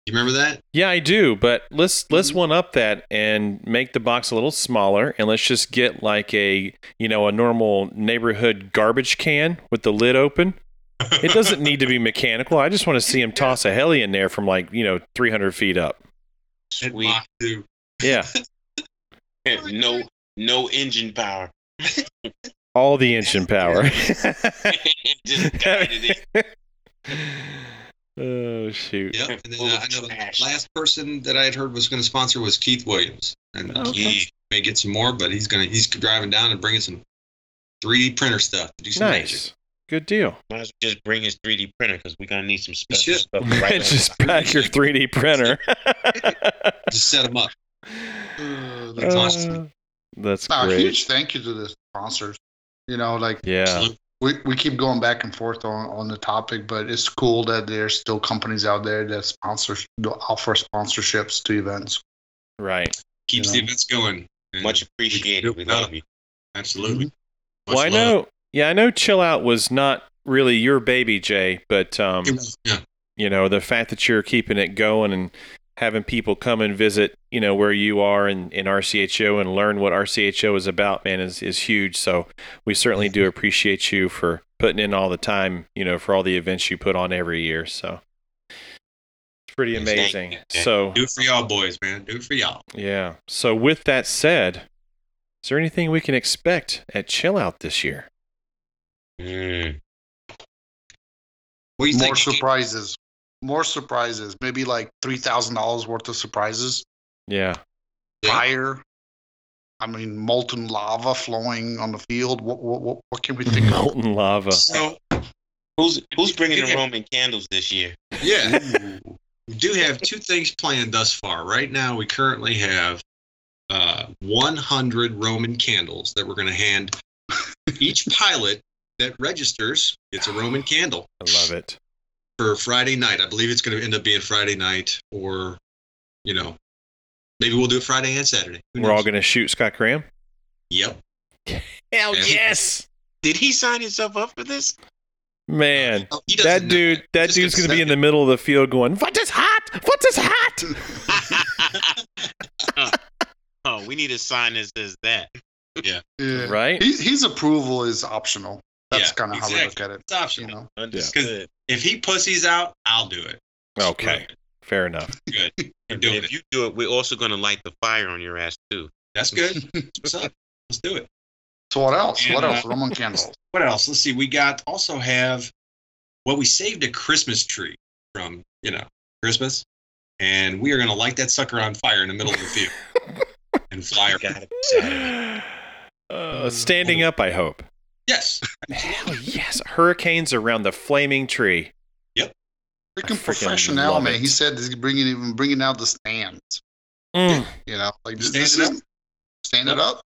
C: You remember that?
A: Yeah, I do, but let's let's one up that and make the box a little smaller and let's just get like a, you know, a normal neighborhood garbage can with the lid open. It doesn't need to be mechanical. I just want to see him toss a heli in there from like, you know, 300 feet up.
D: Sweet.
C: Mach two.
A: Yeah.
D: no, no engine power.
A: All the engine power.
D: Just guided it.
A: oh, shoot.
C: Yep. And then
D: Full
C: uh,
D: of
C: I know
D: trash.
C: the last person that I had heard was going to sponsor was Keith Williams, and
A: Oh, okay.
C: he may get some more, but he's gonna he's driving down and bringing some 3D printer stuff to do some magic.
A: Nice. Good deal.
D: Might as well just bring his 3D printer because we're gonna need some special
C: should.
D: stuff. Right on
A: just
D: the-
A: pack your 3D printer.
C: Just set them up.
B: Uh, the
C: Uh,
B: sponsors.
A: Uh, that's
B: No, a
A: great.
B: huge thank you to the sponsors. You know, like
A: Yeah.
C: Absolutely.
B: we, we keep going back and forth on, on the topic, but it's cool that there's still companies out there that sponsor that offer sponsorships to events.
A: Right.
C: keeps
B: You
C: the
B: know.
C: events going. And
D: Much appreciated. Mm. We love you.
C: absolutely. Much
A: Well, I
C: love.
A: know. Yeah, I know. Chill out was not really your baby, Jay, but um,
C: It was- yeah.
A: you know the fact that you're keeping it going and having people come and visit, you know, where you are in, in RCHO and learn what RCHO is about, man, is is huge. So we certainly do
C: Mm-hmm.
A: appreciate you for putting in all the time, you know, for all the events you put on every year. So it's pretty
D: Yes, thank
A: amazing.
D: you, Jay.
A: So
C: Do it for y'all, boys, man. Do it for y'all.
A: yeah. So with that said, is there anything we can expect at Chill Out this year?
D: Mm.
C: What do you
B: More
C: think? Steve?
B: surprises. More surprises. Maybe like three thousand dollars worth of surprises.
A: Yeah.
C: Yeah.
B: Fire. I mean, molten lava flowing on the field. What what what, what can we think of?
A: Molten lava.
C: So
D: Who's who's bringing the
C: Yeah.
D: Roman candles this year?
C: yeah,
B: Ooh.
C: we do have two things planned thus far. Right now, we currently have uh, 100 Roman candles that we're going to hand each pilot that registers. It's a Roman candle
A: I love it.
C: for Friday night. I believe it's going to end up being Friday night, or you know, maybe we'll do it Friday and Saturday. Who
A: We're all
C: knows?
A: going to shoot Scott Graham.
C: Yep.
A: Hell
C: Yeah.
A: yes,
D: Did he sign himself up for this?
A: man!
C: Oh, he doesn't
A: That
C: know
A: dude, that
C: Just
A: dude's
C: gets
A: going to be in the
C: second.
A: middle of the field going, "What is hot? What is hot?"
D: Oh, we need a sign that says that.
B: Yeah.
A: Right?
B: His, his approval is optional. That's
C: Yeah,
B: kind of how we look
C: exactly.
B: at it.
C: It's optional.
B: You know.
D: Understood.
C: If he pussies out, I'll do it.
A: Okay, fair enough.
C: Good. We're
D: And
C: doing
D: if
C: it.
D: you do it, we're also gonna light the fire on your ass too.
C: That's good. That's what's up. Let's do it.
B: So what else? What
C: And,
B: else? Roman candles.
C: What else? Let's see. We got also have well, we saved a Christmas tree from, you know, Christmas. And we are gonna light that sucker on fire in the middle of the field. and fly
D: You
C: around.
D: gotta be Saturday.
A: Uh, standing up, I hope.
C: Yes.
A: Hell yes! Hurricanes around the flaming tree.
B: Freaking
A: freaking
B: professional
A: love
B: man.
A: it.
B: He said he's bringing even bringing out the stands.
A: Mm,
B: You know, like this,
C: Stand
B: this
C: it
B: is stand it up.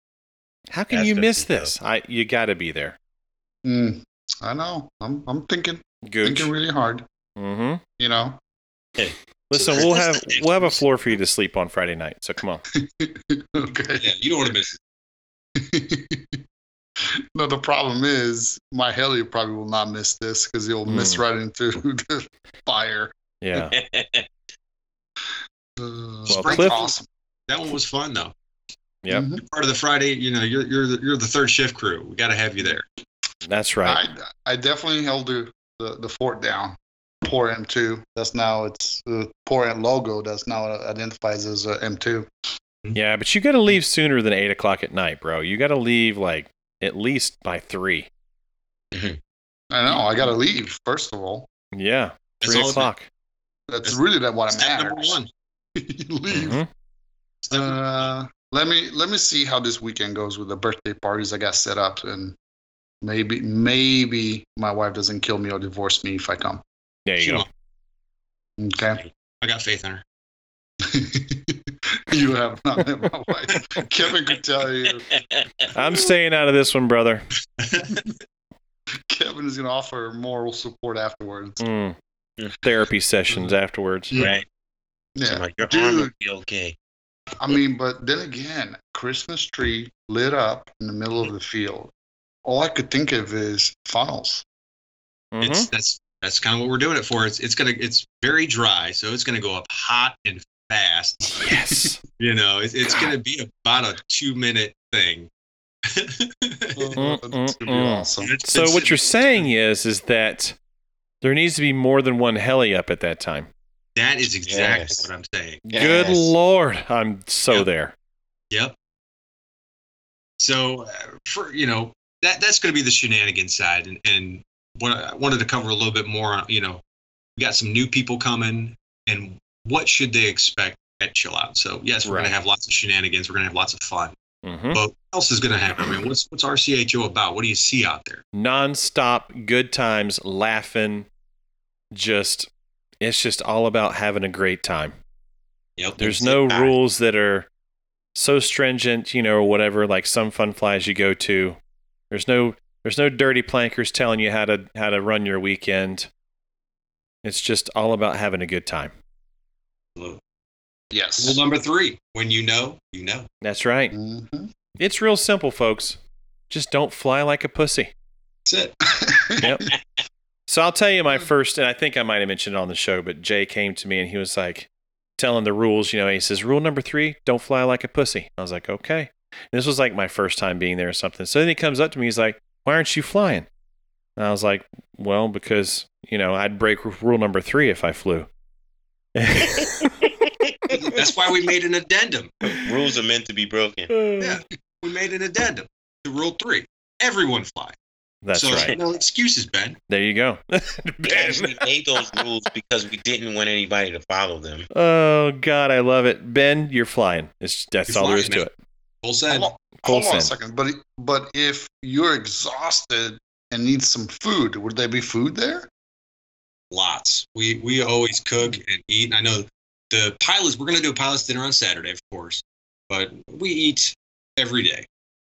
A: How can
D: That's
A: you
D: gonna
A: miss
D: be dope.
A: this? I you got to be there.
B: Mm, I know. I'm I'm thinking
A: Gooch.
B: thinking really hard.
A: Mm-hmm.
B: You know.
D: Hey.
A: Listen, we'll have we'll have a floor for you to sleep on Friday night. So come on.
B: okay.
C: Yeah, you don't want to miss it.
B: no, the problem is my heli probably will not miss this because he'll miss
A: Hmm.
B: right into the fire.
A: Yeah.
B: Uh,
A: Well,
B: Frank's
A: Cliff-
B: awesome.
C: That one was fun though.
A: Yep.
B: Mhm.
C: Part of the Friday, you know, you're you're the, you're the third shift crew. We got to have you there.
A: That's right.
B: I, I definitely held the, the, the fort down. Poor M2. That's now it's the poor M logo. That's now identifies as a M2.
A: Yeah, but you got to leave sooner than eight o'clock at night, bro. You got to leave like at least by three.
B: I know. I gotta leave first of all.
A: Yeah,
C: That's
A: three
C: all it-
A: o'clock.
B: That's
C: That's-
B: really that what it
C: Step number
B: matters.
C: one. Mm-hmm.
B: You leave.
A: Mhm.
C: Step number-
B: Uh, let me let me see how this weekend goes with the birthday parties I got set up, and maybe maybe my wife doesn't kill me or divorce me if I come.
A: There you
C: She
A: go.
C: won't.
B: Okay,
C: I got faith in her.
B: you have not met my wife. Kevin could tell you.
A: I'm staying out of this one, brother.
B: Kevin is gonna offer moral support afterwards.
A: Mm. Therapy sessions afterwards.
D: right?
B: Yeah,
D: Like your arm will
B: dude.
D: be okay.
B: I mean, but then again, Christmas tree lit up in the middle of the field. All I could think of is funnels.
A: Mhm.
C: It's that's that's kind of what we're doing it for. It's it's gonna it's very dry, so it's gonna go up hot and fast.
A: Yes.
C: You know, it, it's gonna be about a two minute thing.
B: It's gonna be
A: mm.
B: awesome.
A: So what you're saying is, is that there needs to be more than one heli up at that time.
C: that is exactly
D: Yes.
C: what I'm saying.
A: Good
D: Yes.
A: lord, I'm so
C: Yep.
A: there.
C: Yep. So uh, for you know that that's going to be the shenanigans side, and and what I wanted to cover a little bit more. on, You know, we got some new people coming, and what should they expect at Chill Out? So yes, we're
A: Right.
C: going to have lots of shenanigans. We're going to have lots of fun.
A: Mm-hmm.
C: But what else is going to happen? I mean, what's what's RCHO about? What do you see out there?
A: Nonstop good times, laughing. Just, it's just all about having a great time.
C: Yep.
A: There's no rules that are so stringent, you know, or whatever. Like some fun flies you go to. There's no there's no dirty plankers telling you how to how to run your weekend. It's just all about having a good time.
B: Yes.
C: Rule number three: When you know, you know.
A: That's right.
B: Mhm.
A: It's real simple, folks. Just don't fly like a pussy.
C: That's it.
A: Yep. so I'll tell you
C: Mm.
A: my first, and I think I might have mentioned it on the show, but Jay came to me and he was like telling the rules. You know, he says, "Rule number three: don't fly like a pussy." I was like, "Okay." And this was like my first time being there or something. So then he comes up to me, he's like, "Why aren't you flying?" And I was like, "Well, because you know I'd break rule number three if I flew."
C: That's why we made an addendum.
D: Rules are meant to be broken.
C: We made an addendum to Rule three: Everyone fly.
A: That's
C: so
A: right.
C: No excuses, Ben.
A: There you go.
D: Yeah, we made those rules because we didn't want anybody to follow them.
A: Oh God, I love it, Ben. You're flying. It's that's
C: You're
A: all there is to
C: flying, man.
A: it.
C: Full
B: Hold
C: send.
B: on,
A: Full
B: hold on a
A: send.
B: second. But but if you're exhausted and need some food, would there be food there?
C: Lots. We we always cook and eat. And I know the pilots. We're gonna do a pilots dinner on Saturday, of course, but we eat every day.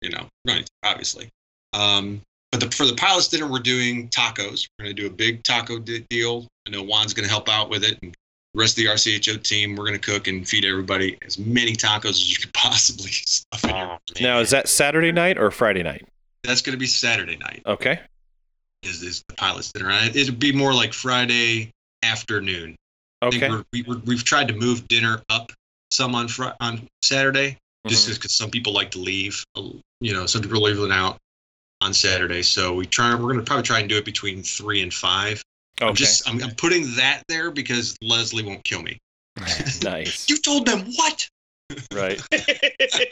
C: You know, we're going to, obviously. Um, but the, for the pilots dinner, we're doing tacos. We're gonna do a big taco de- deal. I know Juan's gonna help out with it. And the rest of the RCHO team, we're gonna cook and feed everybody as many tacos as you could possibly stuff in your-
D: Oh, man.
A: Now, is that Saturday night or Friday night?
C: That's gonna be Saturday night.
A: Okay.
C: is, is the pilots dinner. And It'd be more like Friday afternoon. I
A: Okay.
C: think we're, we, we're, we've tried to move dinner up some on Fri on Saturday, just
A: Mhm.
C: because some people like to leave. uh, You know, some people are leaving out on Saturday, so we try. We're going to probably try and do it between three and five.
A: okay.
C: I'm just I'm, I'm putting that there because Leslie won't kill me.
A: nice.
C: You told them what?
A: Right.
D: and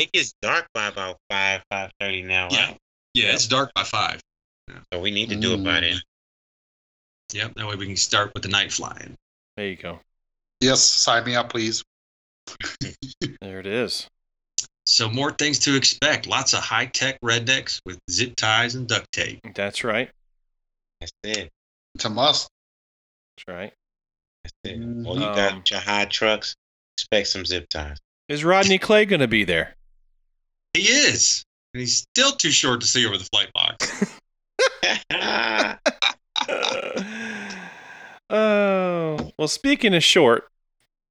D: it gets dark by about five, five thirty now,
A: Oh,
D: right?
C: Yeah. Yeah, it's dark by five.
D: So we need to do it by then.
C: Yep. That way we can start with the night flying.
A: There you go.
B: Yes, sign me up, please.
A: There it is.
C: So more things to expect. Lots of high tech rednecks with zip ties and duct tape.
A: That's right.
D: That's it.
B: It's a must.
A: That's right.
D: That's it. Well, you
A: Um,
D: got your high trucks. Expect some zip ties.
A: Is Rodney Clay going to be there?
C: He is. And he's still too short to see over the flight box.
A: oh Well, speaking of short,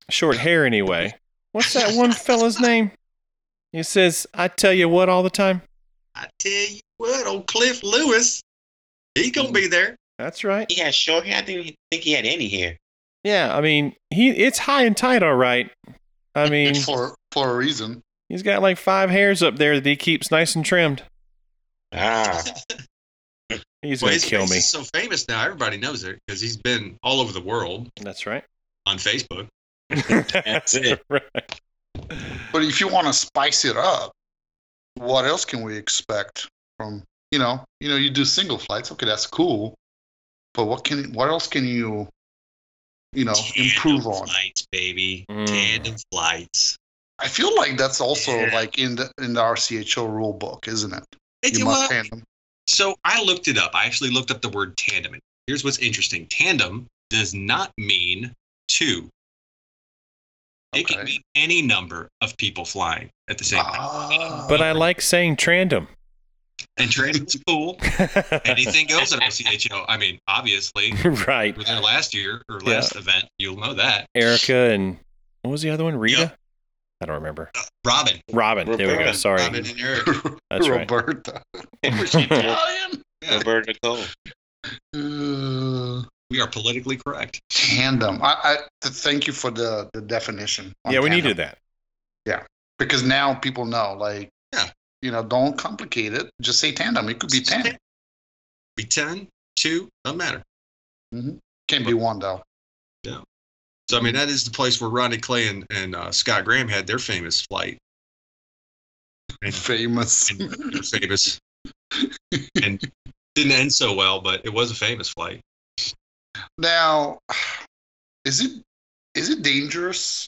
A: short hair anyway, what's that one fella's name? He says, I tell you what all the time.
C: I tell you what, old Cliff Lewis, he gonna be there.
A: That's right.
D: He had short hair. I didn't think he had any hair.
A: Yeah, I mean, he it's high and tight, all right. I mean,
B: for for a reason.
A: he's got like five hairs up there that he keeps nice and trimmed.
D: Ah,
A: He's
C: Well,
A: going
C: his
A: to kill
C: face
A: me.
C: is so famous now. Everybody knows it because he's been all over the world
A: That's right.
C: on Facebook.
A: That's
G: it.
A: right.
B: But if you want to spice it up, what else can we expect from you know you know you do single flights? Okay, that's cool. But what can what else can you you know Oh, improve on?
C: flights, baby.
A: Mm.
C: Tandem flights.
B: I feel like that's also
C: Yeah.
B: like in the in the RCHO rule book, isn't it?
C: It's
B: You must hand them.
C: So I looked it up. I actually looked up the word tandem. And here's what's interesting tandem does not mean two, it
B: Okay.
C: can mean any number of people flying at the same time.
B: Ah,
A: But
C: Oh
A: I like saying Trandom.
C: And tandem's cool. Anything else at RCHO? I mean, obviously,
A: right.
C: we were there last year or last event. You'll know that.
A: Erica and what was the other one? Rita?
C: Yeah.
A: I don't remember.
C: Robin.
A: Robin. There we go.
D: Roberta.
A: Sorry.
C: Robin and Eric.
A: That's right.
B: Roberta.
D: Was she
B: Italian?
D: Roberta Cole.
B: Uh,
C: We are politically correct.
B: tandem. I, I th- thank you for the the definition. on
A: Yeah, we
B: tandem.
A: needed that.
B: because now people know. Like,
C: Yeah.
B: you know, don't complicate it. Just say tandem. It could be tandem.
C: Be 10, 2, doesn't matter.
B: Can't be one though.
C: So, I mean, that is the place where Ronnie Clay and, and uh, Scott Graham had their famous flight. And
B: Famous.
C: and they're famous and didn't end so well but it was a famous flight
B: Now, is it is it dangerous?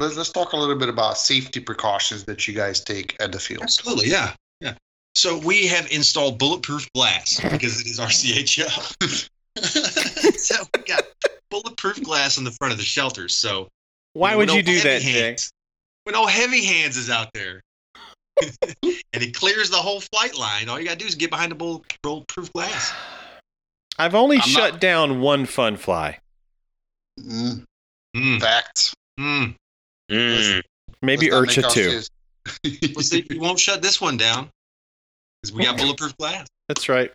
B: Let's let's talk a little bit about safety precautions that you guys take at the field.
C: absolutely yeah yeah so we have installed bulletproof glass because it is our CHO. so we got bulletproof glass on the front of the shelters so
A: Why
C: when
A: would you
C: old
A: do
C: Heavy
A: that, Jay?
C: hands, when old heavy hands is out there and he clears the whole flight line all you gotta do is get behind the bull- bulletproof glass
A: I've only
B: I'm not-
A: shut down one fun fly.
B: Mm,
A: Hmm,
C: mm,
B: facts.
C: mm.
D: Mm.
A: Maybe
B: Let's
A: Urcha
B: not make
A: too.
B: ourselves-
C: We'll see if you won't shut this one down because we got bulletproof glass
A: That's right.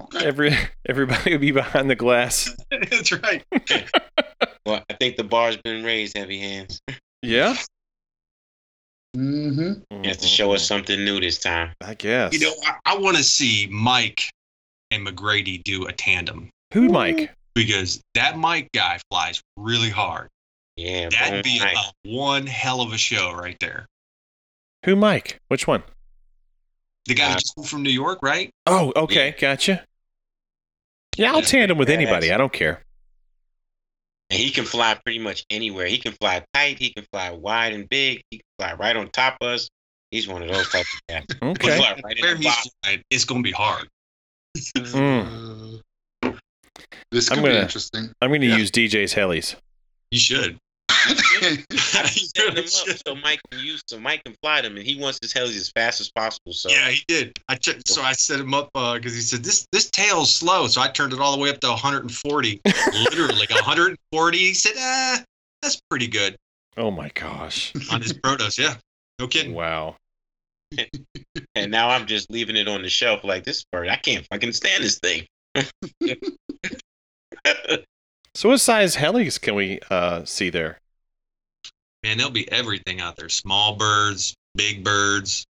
B: Okay.
A: Every everybody would be behind the glass.
C: That's right.
D: Well, I think the bar's been raised, heavy hands.
A: Yeah.
B: Mhm.
D: You have to show us something new this time.
A: Mm-hmm. I guess.
C: You know, I, I want to see Mike and McGrady do a tandem
A: Who, Mike?
C: because that Mike guy flies really hard.
D: Yeah, bone
C: That'd be
D: mic.
C: a one hell of a show right there.
A: Who, Mike? Which one?
C: The guy who just flew from New York, right?
A: Oh, okay. Gotcha. Yeah, I'll
D: Yeah.
A: tandem with
D: Yeah,
A: anybody. I don't care.
D: And he can fly pretty much anywhere. He can fly tight. He can fly wide and big. He can fly right on top of us. He's one of those type of guys. He can
A: Okay.
D: fly right in
C: Where
D: the
C: he's
D: box.
C: flying, it's going to be hard.
A: Mm.
B: Uh, this
A: I'm
B: could
A: gonna-
B: be interesting.
A: I'm going to
C: Yeah.
A: use DJ's helis.
C: You should.
D: He's setting them up so Mike can use so Mike can fly them, and he wants his helis as fast as possible. So
C: Yeah, he did. I checked, so I set him up because he said this this tail's slow. So I turned it all the way up to 140, literally 140. He said, "Ah, that's pretty good
A: Oh my gosh.
C: on his protos." Yeah, no kidding.
A: Wow.
D: and now I'm just leaving it on the shelf like this bird. I can't fucking stand this thing.
A: So what size helis can we uh, see there?
C: Man, there'll be everything out there. Small birds, big birds,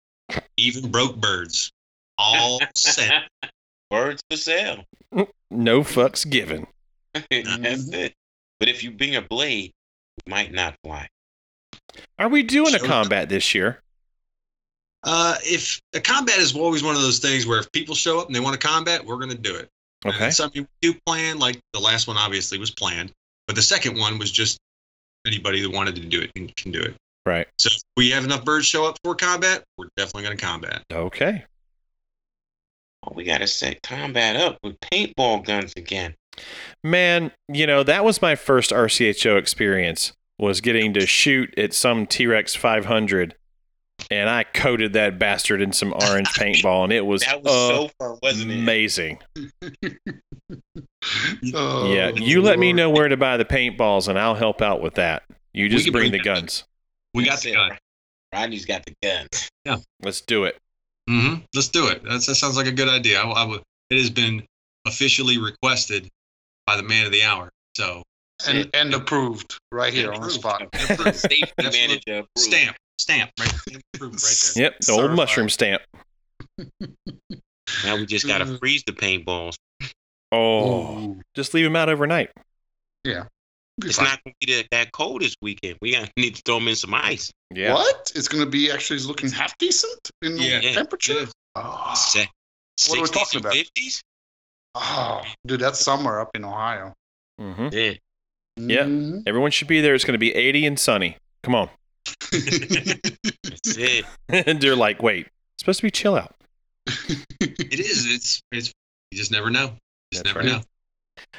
C: even broke birds. All sent.
D: Birds for sale.
A: No fucks given.
D: That's it. But if you bring a blade, you might not fly.
A: Are we doing a
C: Sure.
A: combat this year?
C: Uh, if a combat is always one of those things where if people show up and they want a combat, we're gonna do it. And
A: Okay.
C: it's something we do plan, like the last one obviously was planned, but the second one was just anybody that wanted to do it can, can do it.
A: Right.
C: So if we have enough birds show up for combat, we're definitely gonna combat.
A: Okay.
D: Oh, we gotta set combat up with paintball guns again.
A: Man, you know, that was my first RCHO experience was getting to shoot at some T-Rex 500 and I coated that bastard in uh, some orange paintball and it was,
D: That was so fun, wasn't it?
A: amazing.
B: Oh,
A: yeah, you let me
B: Lord.
A: know where to buy the paintballs, and I'll help out with that. You just
C: can
A: bring
C: bring
A: the
C: that.
A: guns.
C: We got
D: That's
C: the
D: it.
C: gun.
D: Rodney's got the gun.
A: Let's do it.
C: Mm-hmm. Let's do it. That's, that sounds like a good idea. I, I would, it has been officially requested by the man of the hour. So
B: and, and approved right here on the
C: Approved.
B: spot.
C: approved.
D: Safety
C: Absolute
D: manager approved.
C: stamp, stamp, right, approved right
A: Yep, the old
B: Certified.
A: mushroom stamp.
D: Now we just gotta freeze the paintballs.
A: Oh,
B: Ooh.
A: just leave them out overnight.
B: Be
D: It's
B: fine.
D: not gonna be that, that cold this weekend. We gotta need to throw them in some ice.
A: Yeah,
B: What? It's going to be actually looking half decent in
C: Yeah.
D: Yeah.
B: temperature?
C: Yeah.
B: Oh.
D: Se-
B: What are we
D: 60s
B: talking
D: and
B: about?
D: 50s?
B: Oh, dude, that's summer up in Ohio.
A: hmm
D: Yeah.
A: Yeah.
B: Mhm.
A: Everyone should be there. It's going to be 80 and sunny. Come on.
D: That's it.
A: and they're like, wait, it's supposed to be chill out.
C: there. It is. It's. It's. You just never know. Just
A: That's
C: never
A: right.
C: know.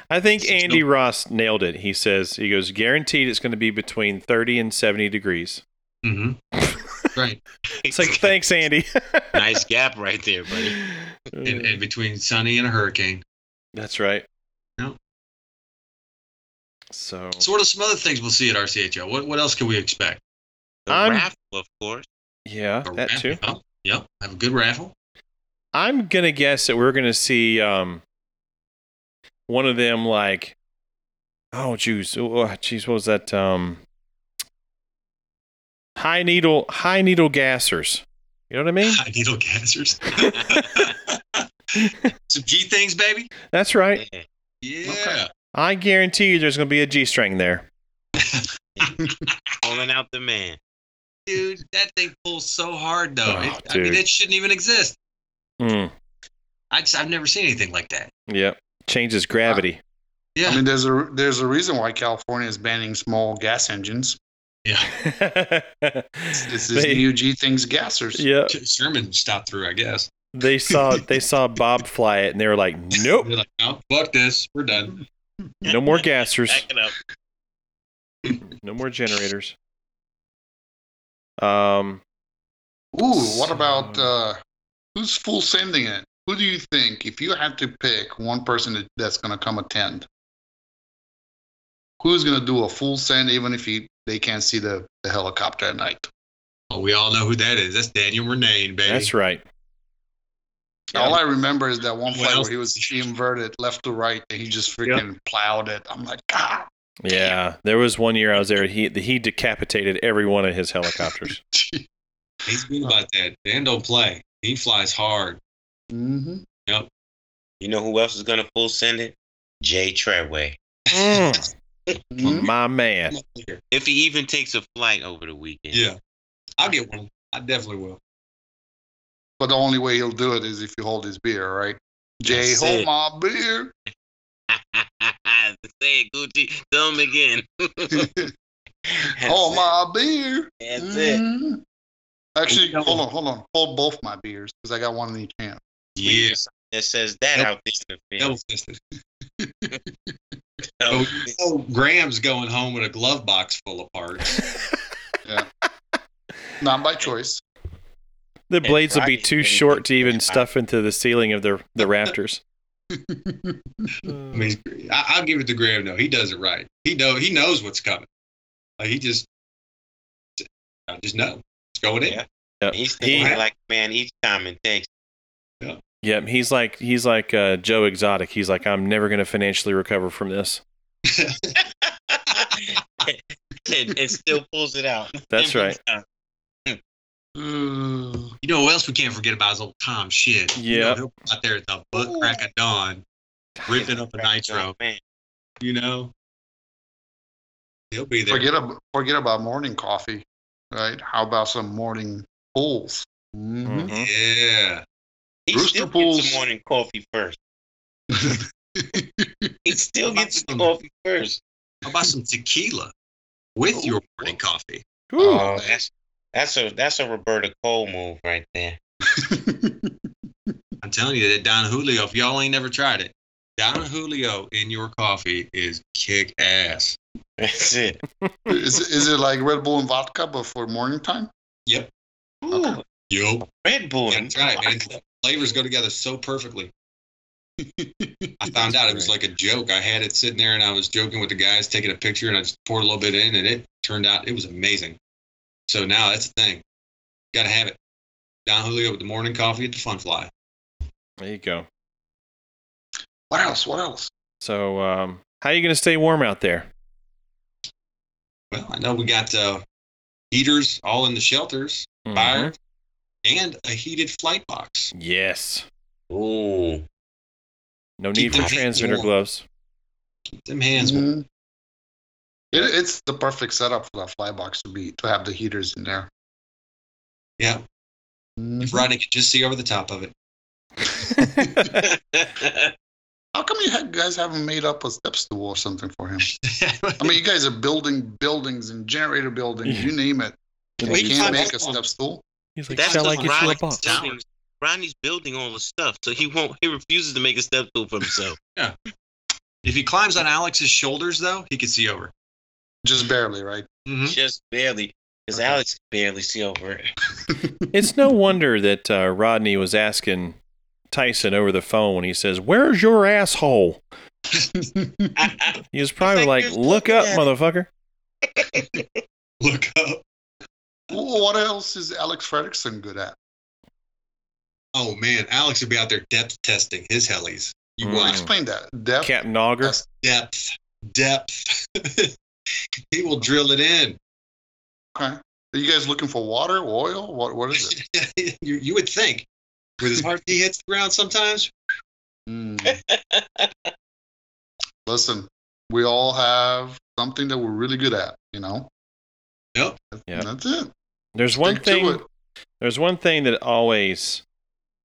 A: I think
C: It's just
A: Andy Ross nailed it. He says, he goes, guaranteed it's going to be between 30 and 70 degrees.
C: Mm-hmm. right.
A: It's like, thanks, Andy.
D: nice gap right there, buddy.
C: And, and between sunny and a hurricane.
A: That's right.
C: No.
A: So,
C: So what are some other things we'll see at RCHO? What What else can we expect?
D: The
A: I'm-
D: raffle, of course.
A: yeah,
C: A
A: that too.
C: raffle. Yep. Have a good raffle.
A: I'm gonna guess that we're gonna see um one of them like oh jeez oh jeez what was that um high needle high needle gassers you know what I mean
C: High needle gassers. some G things, baby.
A: that's right
D: Yeah.
C: Yeah.
B: Okay.
A: I guarantee you there's gonna be a G string there
D: Calling out the man.
C: Dude, that thing pulls so hard though.
A: Oh,
C: it, I mean,
A: dude.
C: it shouldn't even exist.
A: mm,
C: I just, I've never seen anything like that.
A: yep changes gravity
C: Yeah.
B: I mean, there's a there's a reason why California is banning small gas engines. This is
A: They-
B: new G things gassers.
A: yeah
C: Sherman stopped through, I guess.
A: they saw they saw Bob fly it and they were like nope
C: They're like, no, fuck this. We're done.
A: no more gassers
D: Back it up.
A: no more generators um
B: Ooh, what about uh, who's full sending it? Who do you think, if you had to pick one person that, that's going to come attend, who's going to do a full send, even if he, they can't see the, the helicopter at night?
C: Oh, we all know who that is. That's Daniel Renane, baby.
A: that's right
B: All I remember is that one
C: What
B: flight
C: else?
B: where he was he inverted left to right, and he just freaking plowed it. I'm like, God,
A: Yeah, there was one year I was there. He he decapitated every one of his helicopters.
B: gee.
C: He's good about that. Dan don't play. He flies hard.
D: Mm-hmm.
B: Mhm.
D: You know who else is gonna full send it? Jay Treadway. Mm-hmm.
C: Hmm?
B: Mhm.
A: My man,
D: If he even takes a flight over the weekend.
C: Yeah. I'll get one. I definitely will.
B: But the only way he'll do it is if you hold his beer, right? Jay,
D: That's
B: hold
D: it.
B: my beer.
D: Say it, Gucci. Tell him again.
B: hold Oh, my beer.
D: That's it.
B: Mhm. Actually,
C: Come
B: hold on, hold on. Hold both my beers because I got one in each hand.
C: Yeah.
D: That says that
C: Yep.
D: out there. in the field.
C: Double fisted. Oh, Graham's going home with a glove box full of parts.
B: Not by choice.
A: the
D: Hey,
A: blades will be
D: Rodney's
A: too
D: getting
A: short to
D: big.
A: even stuff into the ceiling of the the rafters.
C: I mean, I, I'll give it to Graham though. He does it right. He know he knows what's coming. Like he just, I just know it's going in.
D: Yeah.
A: Yep.
D: He's
A: He-
D: thinking like, man, each time it takes.
A: Yep, he's like he's like uh, Joe Exotic. He's like I'm never going to financially recover from this.
D: and, and still pulls it out.
A: That's
D: Every
A: right.
D: time.
B: Ooh.
C: You know who else we can't forget about is old Tom Shit. You know,
A: Yep.
C: he'll be out there at the butt crack of dawn, ripping up a nitro.
D: Man,
C: You know, he'll be there.
B: Forget about forget about morning coffee, right? How about some morning pools?
C: Mm-hmm.
B: Mhm.
A: Mhm.
C: Yeah,
D: he
B: Rooster
D: still gets
B: pulls.
D: the morning coffee first. He still gets the coffee first.
C: how about some tequila with your morning coffee?
A: Ooh.
D: Oh, that's that's a that's a Roberta Cole move right there. Mm-hmm.
C: I'm telling you that Don Julio. If y'all ain't never tried it, Don Julio in your coffee is kick ass.
D: That's it.
B: is is it like Red Bull and vodka, but for morning time?
D: Ooh,
C: Yo.
D: Red Bull.
C: That's right, man. Flavors go together so perfectly. I found out it was like a joke. I had it sitting there and I was joking with the guys, taking a picture, and I just poured a little bit in, and it turned out it was amazing. So now that's the thing. Got to have it. Don Julio with the morning coffee at the Fun Fly.
A: There you go.
B: What else? What else?
A: So, um, how are you going to stay warm out there?
C: Well, I know we got uh, heaters all in the shelters,
A: Mhm.
C: fire, and a heated flight box.
A: Yes.
D: Ooh.
A: No
C: Keep
A: need for
C: them hands
A: transmitter
C: warm.
A: gloves.
C: Keep them hands warm.
B: Mhm. It, it's the perfect setup for that fly box to be to have the heaters in there.
C: Yeah,
B: Mhm.
C: Rodney could just see over the top of it.
B: How come you ha- guys haven't made up a step stool or something for him? I mean, you guys are building buildings and generator buildings, you name it. And
C: We
B: you can't
C: can't
B: make a
C: make one.
B: step stool.
A: He's like,
D: That's
A: shall I
D: just
A: get you a
D: Rodney's
A: box?
D: building. Rodney's building all the stuff, so he won't. He refuses to make a step stool for himself.
C: if he climbs on Alex's shoulders, though, he could see over.
B: Just barely, right?
C: Mm-hmm.
D: Just barely, because Alex can barely see over it.
A: It's no wonder that uh, Rodney was asking Tyson over the phone when he says, Where's your asshole? He was probably
D: like,
A: like,
D: "Just
A: Look
D: look
A: up,
D: at it."
A: motherfucker.
C: Look up.
B: Well, what else is Alex Fredrickson good at?
C: Oh man, Alex would be out there depth testing his helis. You
A: Mm.
C: watch
B: Explain that. Depth.
A: Captain Auger.
B: That's-
C: depth, depth. he will drill it in.
B: Okay. Are you guys looking for water, oil? What What is it?
C: you, you would think with his heart he hits the ground sometimes.
B: Hmm.
A: Mm.
B: Listen, we all have something that we're really good at, you know?
C: Yep.
A: Yeah.
B: That's it.
A: There's one
B: Stick to
A: thing.
B: it.
A: There's one thing that always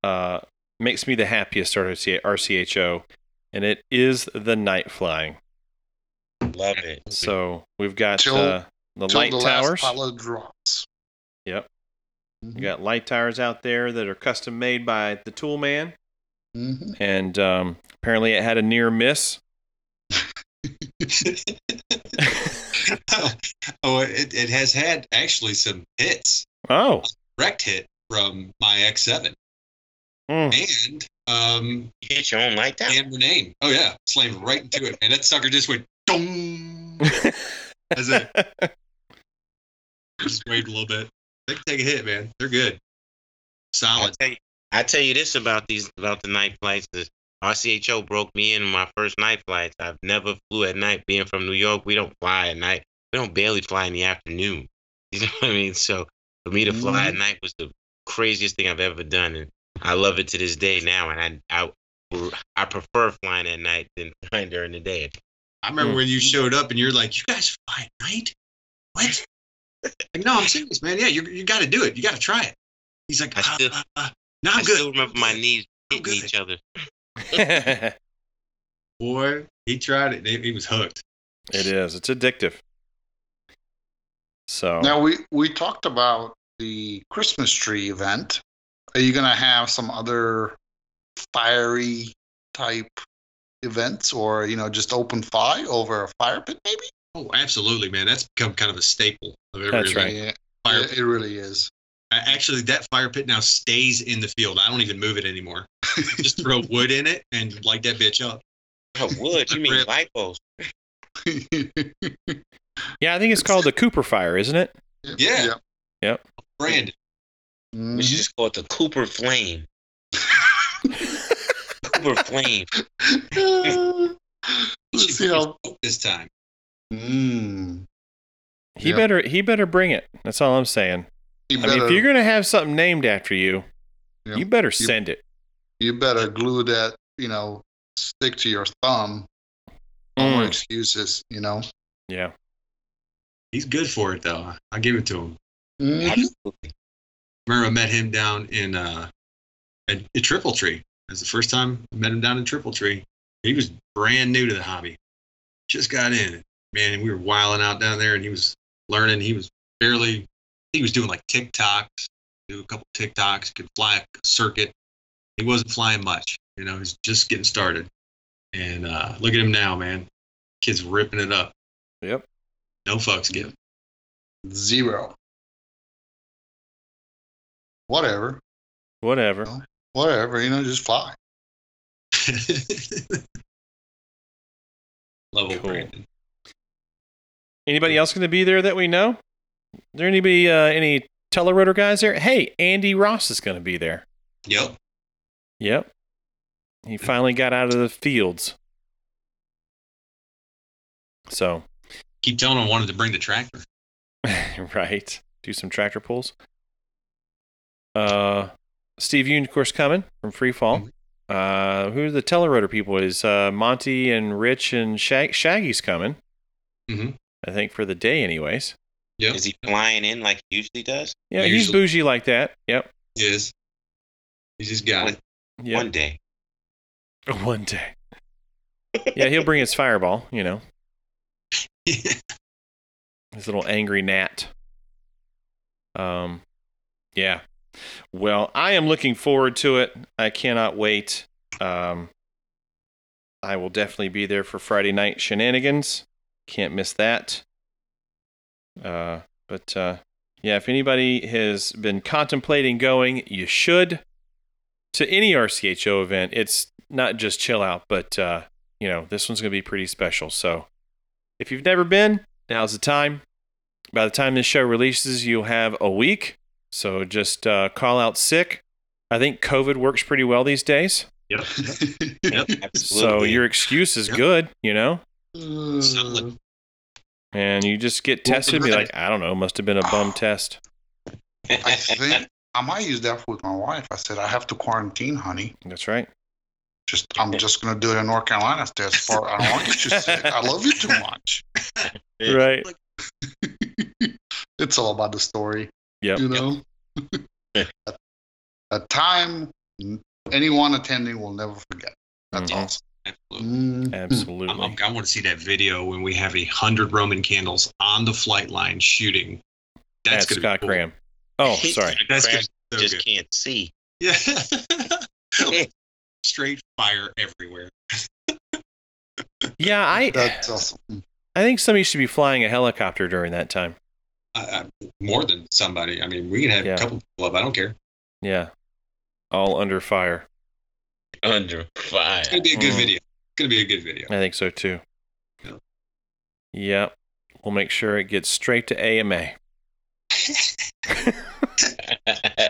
A: uh, makes me the happiest at RC- RCHO, and it is the night flying.
D: Love it.
A: So we've got
B: Till-
A: uh, the
B: Till
A: light
B: the
A: towers.
B: Last pile of drops.
A: Yep.
B: Mhm.
A: We got light towers out there that are custom made by the tool man,
B: Mhm.
A: and um, apparently it had a near miss.
C: oh, it, it has had actually some hits,
A: Oh,
C: wrecked hit from my X7
A: mm.
C: and um
D: You hit your own light down.
C: and her name. Oh yeah, slammed right into it, and that sucker just went dong. That's it. just waved a little bit. They can take a hit, man. They're good.
D: I
C: Solid.
D: tell you, I tell you this about these about the night flights. The RCHO broke me in my first night flights. I've never flew at night. Being from New York, we don't fly at night. We don't barely fly in the afternoon. You know what I mean? So for me to fly at night was the craziest thing I've ever done, and I love it to this day now. And I I I prefer flying at night than flying during the day.
C: I remember
A: Mm.
C: when you showed up and you're like, "You guys fly at night? What?" like, no, I'm serious, man. Yeah, you you got to do it. You got to try it. He's like,
D: I
C: "Uh,
D: still-
C: uh, uh, "No,
D: i
C: I'm good."
D: still remember my knees
C: I'm
D: hitting
C: good.
D: each other.
A: it
C: Boy, he tried it. He, he was hooked.
A: is. It's addictive. So
B: Now, we, we talked about the Christmas tree event. Are you going to have some other fiery type events or, you know, just open fire over a fire pit, maybe?
C: Oh, absolutely, man. That's become kind of a staple of every
A: That's right.
B: Yeah,
C: fire
B: it, it really is.
C: I- actually that fire pit now stays in the field. I don't even move it anymore. Just throw wood in it and light that bitch up.
D: Oh, wood? You mean
C: Rip.
D: light bulbs?
A: yeah, I think it's called the Cooper Fire, isn't it?
C: Yeah. Brand.
D: Which
B: Mhm.
D: is called the Cooper Flame. Cooper Flame.
B: Let's see how.
C: this time.
B: Mm.
A: He
B: Yep.
A: better. He better bring it. That's all I'm saying.
B: You
A: I mean,
B: better-
A: if you're gonna have something named after you,
B: Yeah.
A: you better send it.
B: you better glue that, you know, stick to your thumb. No more
A: Mm.
B: excuses, you know.
A: Yeah.
C: He's good for it though. I give it to him.
B: Mhm.
D: Absolutely.
C: remember I met him down in uh at, at Triple Tree. That's the first time I met him down in Triple Tree. He was brand new to the hobby. Just got in. Man, and we were wiling out down there and he was learning. He was barely he was doing like TikToks, do a couple TikToks, could fly a circuit. He wasn't flying much, you know, he's just getting started. And uh look at him now, man. Kid's ripping it up.
A: Mm. Yep.
C: No fucks given.
B: Zero. Whatever.
A: Whatever.
B: Whatever, you know, just fly.
A: Cool.
C: Level Brandon.
A: Anybody else going to be there that we know? Is there anybody, uh, any telerotor guys there? Hey, Andy Ross is going to be there.
C: Yep.
A: Yep. He finally got out of the fields. So,
F: Keep telling him I wanted to bring the tractor.
A: right. Do some tractor pulls. Uh, Steve Yoon, of course, coming from Freefall. Uh, who are the telerotor people? Is uh, Monty and Rich and Shag- Shaggy's coming?
C: Mhm.
A: I think for the day, anyways.
C: Yep.
D: Is he flying in like he usually does?
A: Yeah, he's
C: Usually.
A: bougie like that. Yep.
C: He is. He's just got it.
A: Yep.
D: One day.
A: One day. Yeah, he'll bring his fireball, you know. his little angry gnat. Um yeah. Well, I am looking forward to it. I cannot wait. Um I will definitely be there for Friday night shenanigans. Can't miss that. Uh but uh yeah, if anybody has been contemplating going, you should to any RCHO event, it's not just chill out, but uh, you know, this one's going to be pretty special. So, if you've never been, now's the time. By the time this show releases, you'll have a week. So just uh, call out sick. I think COVID works pretty well these days,
F: Yep.
A: so your excuse is good, you know.
B: Uh,
A: And you just get
B: Well,
A: tested, and be like, I don't know, must have been a
F: Ah.
A: bum test.
B: I think I might use that with my wife. I said I have to quarantine, honey.
A: That's right.
B: Just I'm just gonna do it in North Carolina. Stay as far. I don't want you to sick. I love you too much.
G: Yeah.
A: Right.
B: It's all about the story.
A: Yep.
B: You know.
G: Yeah.
B: a, a time n- anyone attending will never forget. That's
A: Mhm.
B: awesome.
C: Absolutely.
A: Mm-hmm.
B: Mm.
A: Absolutely.
F: I'm, I'm, I want to see that video when we have a hundred Roman candles on the flight line shooting. That's
A: That's
F: gonna be
A: Scott
F: cool.
A: Graham. Oh, sorry.
F: That's gonna be so
D: Just
F: good.
D: can't see.
F: Yeah. Straight fire everywhere.
A: Yeah, I
B: That's awesome.
A: I think somebody should be flying a helicopter during that time.
C: I, I, more than somebody. I mean, we can have
A: Yeah.
C: a couple people up. I don't care.
A: Yeah. All under fire.
G: Under fire.
C: It's gonna be a good
A: Mm.
C: video. It's gonna be a good video.
A: I think so too.
C: Yeah.
A: Yep. We'll make sure it gets straight to AMA.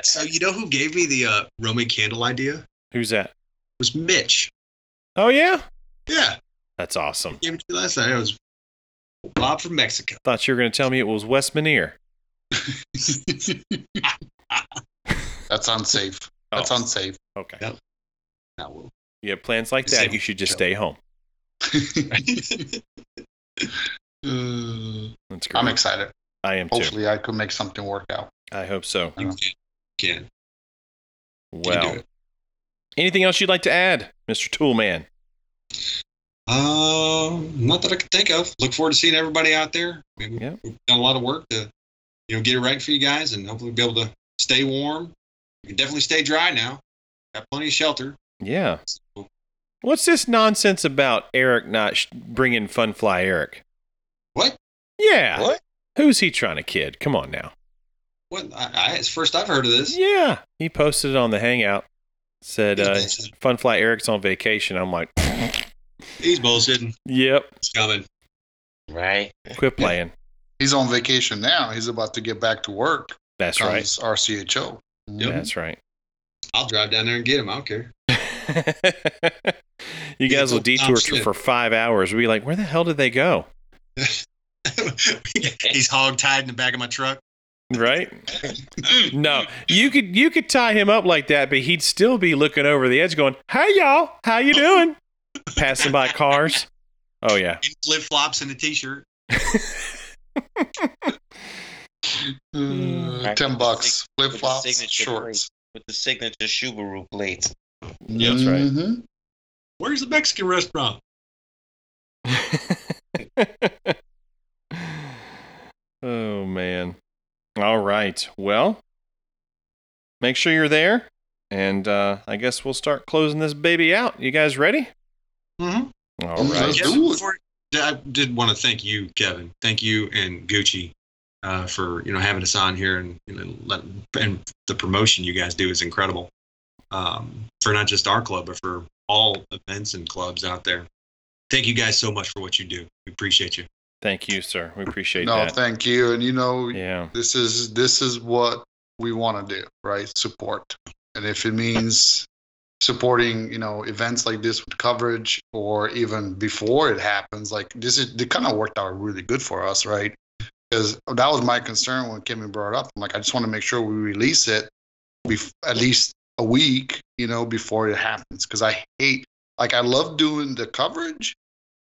F: So you know who gave me the uh, Roman candle idea? It
A: Who's that?
F: was Mitch.
A: Oh yeah?
F: Yeah,
A: That's awesome.
F: gave it to me last night. It was Bob from Mexico.
A: Thought you were gonna tell me it was West Minear.
B: That's unsafe. That's
A: Oh.
B: unsafe.
A: Okay.
F: Yep. Now we'll-
A: You have plans like
F: Same
A: that, you should just
F: show.
A: stay home.
B: Uh,
A: That's great.
B: I'm excited.
A: I am too.
B: Hopefully, I could make something work out.
A: I hope so.
C: You can. You can. You can do
A: Well.
C: it.
A: Anything else you'd like to add, Mr. Toolman?
C: Um, not that I can think of. Look forward to seeing everybody out there. I mean,
A: Yeah.
C: We've done a lot of work to, you know, get it right for you guys, and hopefully be able to stay warm. You can definitely stay dry now. Got plenty of shelter.
A: Yeah.
C: So,
A: What's this nonsense about Eric not sh- bringing Funfly Eric?
C: What?
A: Yeah.
C: What?
A: Who's he trying to kid? Come on now.
C: What? I, I, it's the first I've heard of this.
A: Yeah. He posted it on the Hangout. Said uh,
C: He's
A: Funfly Eric's on vacation. I'm like,
F: He's bullshitting.
A: yep.
F: It's coming.
D: Right?
A: Quit playing.
B: He's on vacation now. He's about to get back to work.
A: That's right.
B: Comes RCHO.
A: That's right.
C: I'll drive down there and get him. I don't care.
A: you guys will
C: Tom
A: detour
C: Smith.
A: for five hours. We'll be like, where the hell did they go?
F: He's hog tied in the back of my truck.
A: Right? no, you could you could tie him up like that, but he'd still be looking over the edge, going, "Hey y'all, how you doing?" Passing by cars. Oh yeah,
F: In flip flops and a t shirt.
B: Mm,
D: Right.
B: Ten bucks. Flip
D: With the
B: flops.
D: signature
B: Shorts.
D: With the signature Subaru plates.
A: Yeah, that's right.
B: Mhm.
F: Where's the Mexican restaurant?
A: oh man. All right. Well, make sure you're there, and uh, I guess we'll start closing this baby out. You guys ready?
F: Mhm.
A: Mm-hmm.
B: Let's
A: right.
F: Yeah,
B: do it.
F: before- I did want to thank you, Kevin. Thank you and Gucci uh, for you know having us on here and you know, let, and the promotion you guys do is incredible um, for not just our club but for all events and clubs out there. Thank you guys so much for what you do. We appreciate you.
A: Thank you, sir. We appreciate
B: No,
A: that.
B: thank you. And you know,
A: yeah.
B: this is this is what we want to do, right? Support. And if it means supporting, you know, events like this with coverage or even before it happens, like this is they kind of worked out really good for us, right? Because that was my concern when Kimmy brought it up. I'm like, I just want to make sure we release it bef- at least a week, you know, before it happens. Because I hate, like, I love doing the coverage,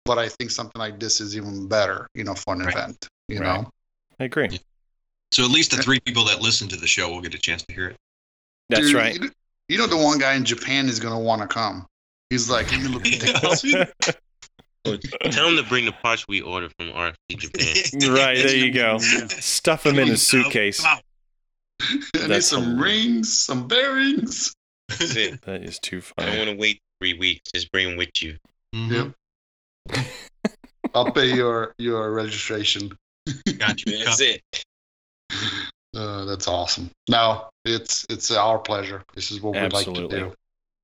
B: but I think something like this is even better, you know, for an
F: Right.
B: event, you
A: Right.
B: know?
A: I agree.
F: So at least the three people that listen to the show will get a chance to hear it.
A: That's
B: Dude,
A: right.
B: You, you know the one guy in Japan is gonna want to come. He's like, let me look at that.
D: Oh, Tell them to bring the parts we ordered from RFC Japan.
A: right, there you go. Stuff him in his suitcase.
B: I need
A: That's
B: some
A: hilarious.
B: rings, some bearings.
D: That's it.
A: That is too
D: I don't
A: funny.
D: want to wait three weeks. Just bring them with you.
F: Mhm.
B: I'll pay your your registration.
F: Got you.
G: That's it.
B: Uh, that's awesome. No, it's it's our pleasure. This is what
A: Absolutely.
B: we like to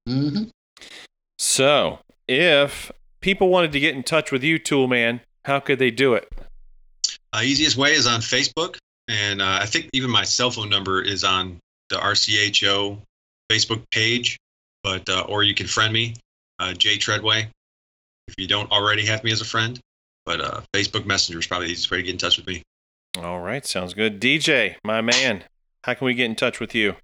B: do. Mm-hmm.
A: So, if people wanted to get in touch with you, Toolman, how could they do it?
F: Uh, easiest way is on Facebook, and uh, I think even my cell phone number is on the RCHO Facebook page. But uh, or you can friend me, uh, Jay Treadway, if you don't already have me as a friend. But uh, Facebook Messenger is probably the easiest way to get in touch with me.
A: All right, sounds good. DJ, my man, how can we get in touch with you?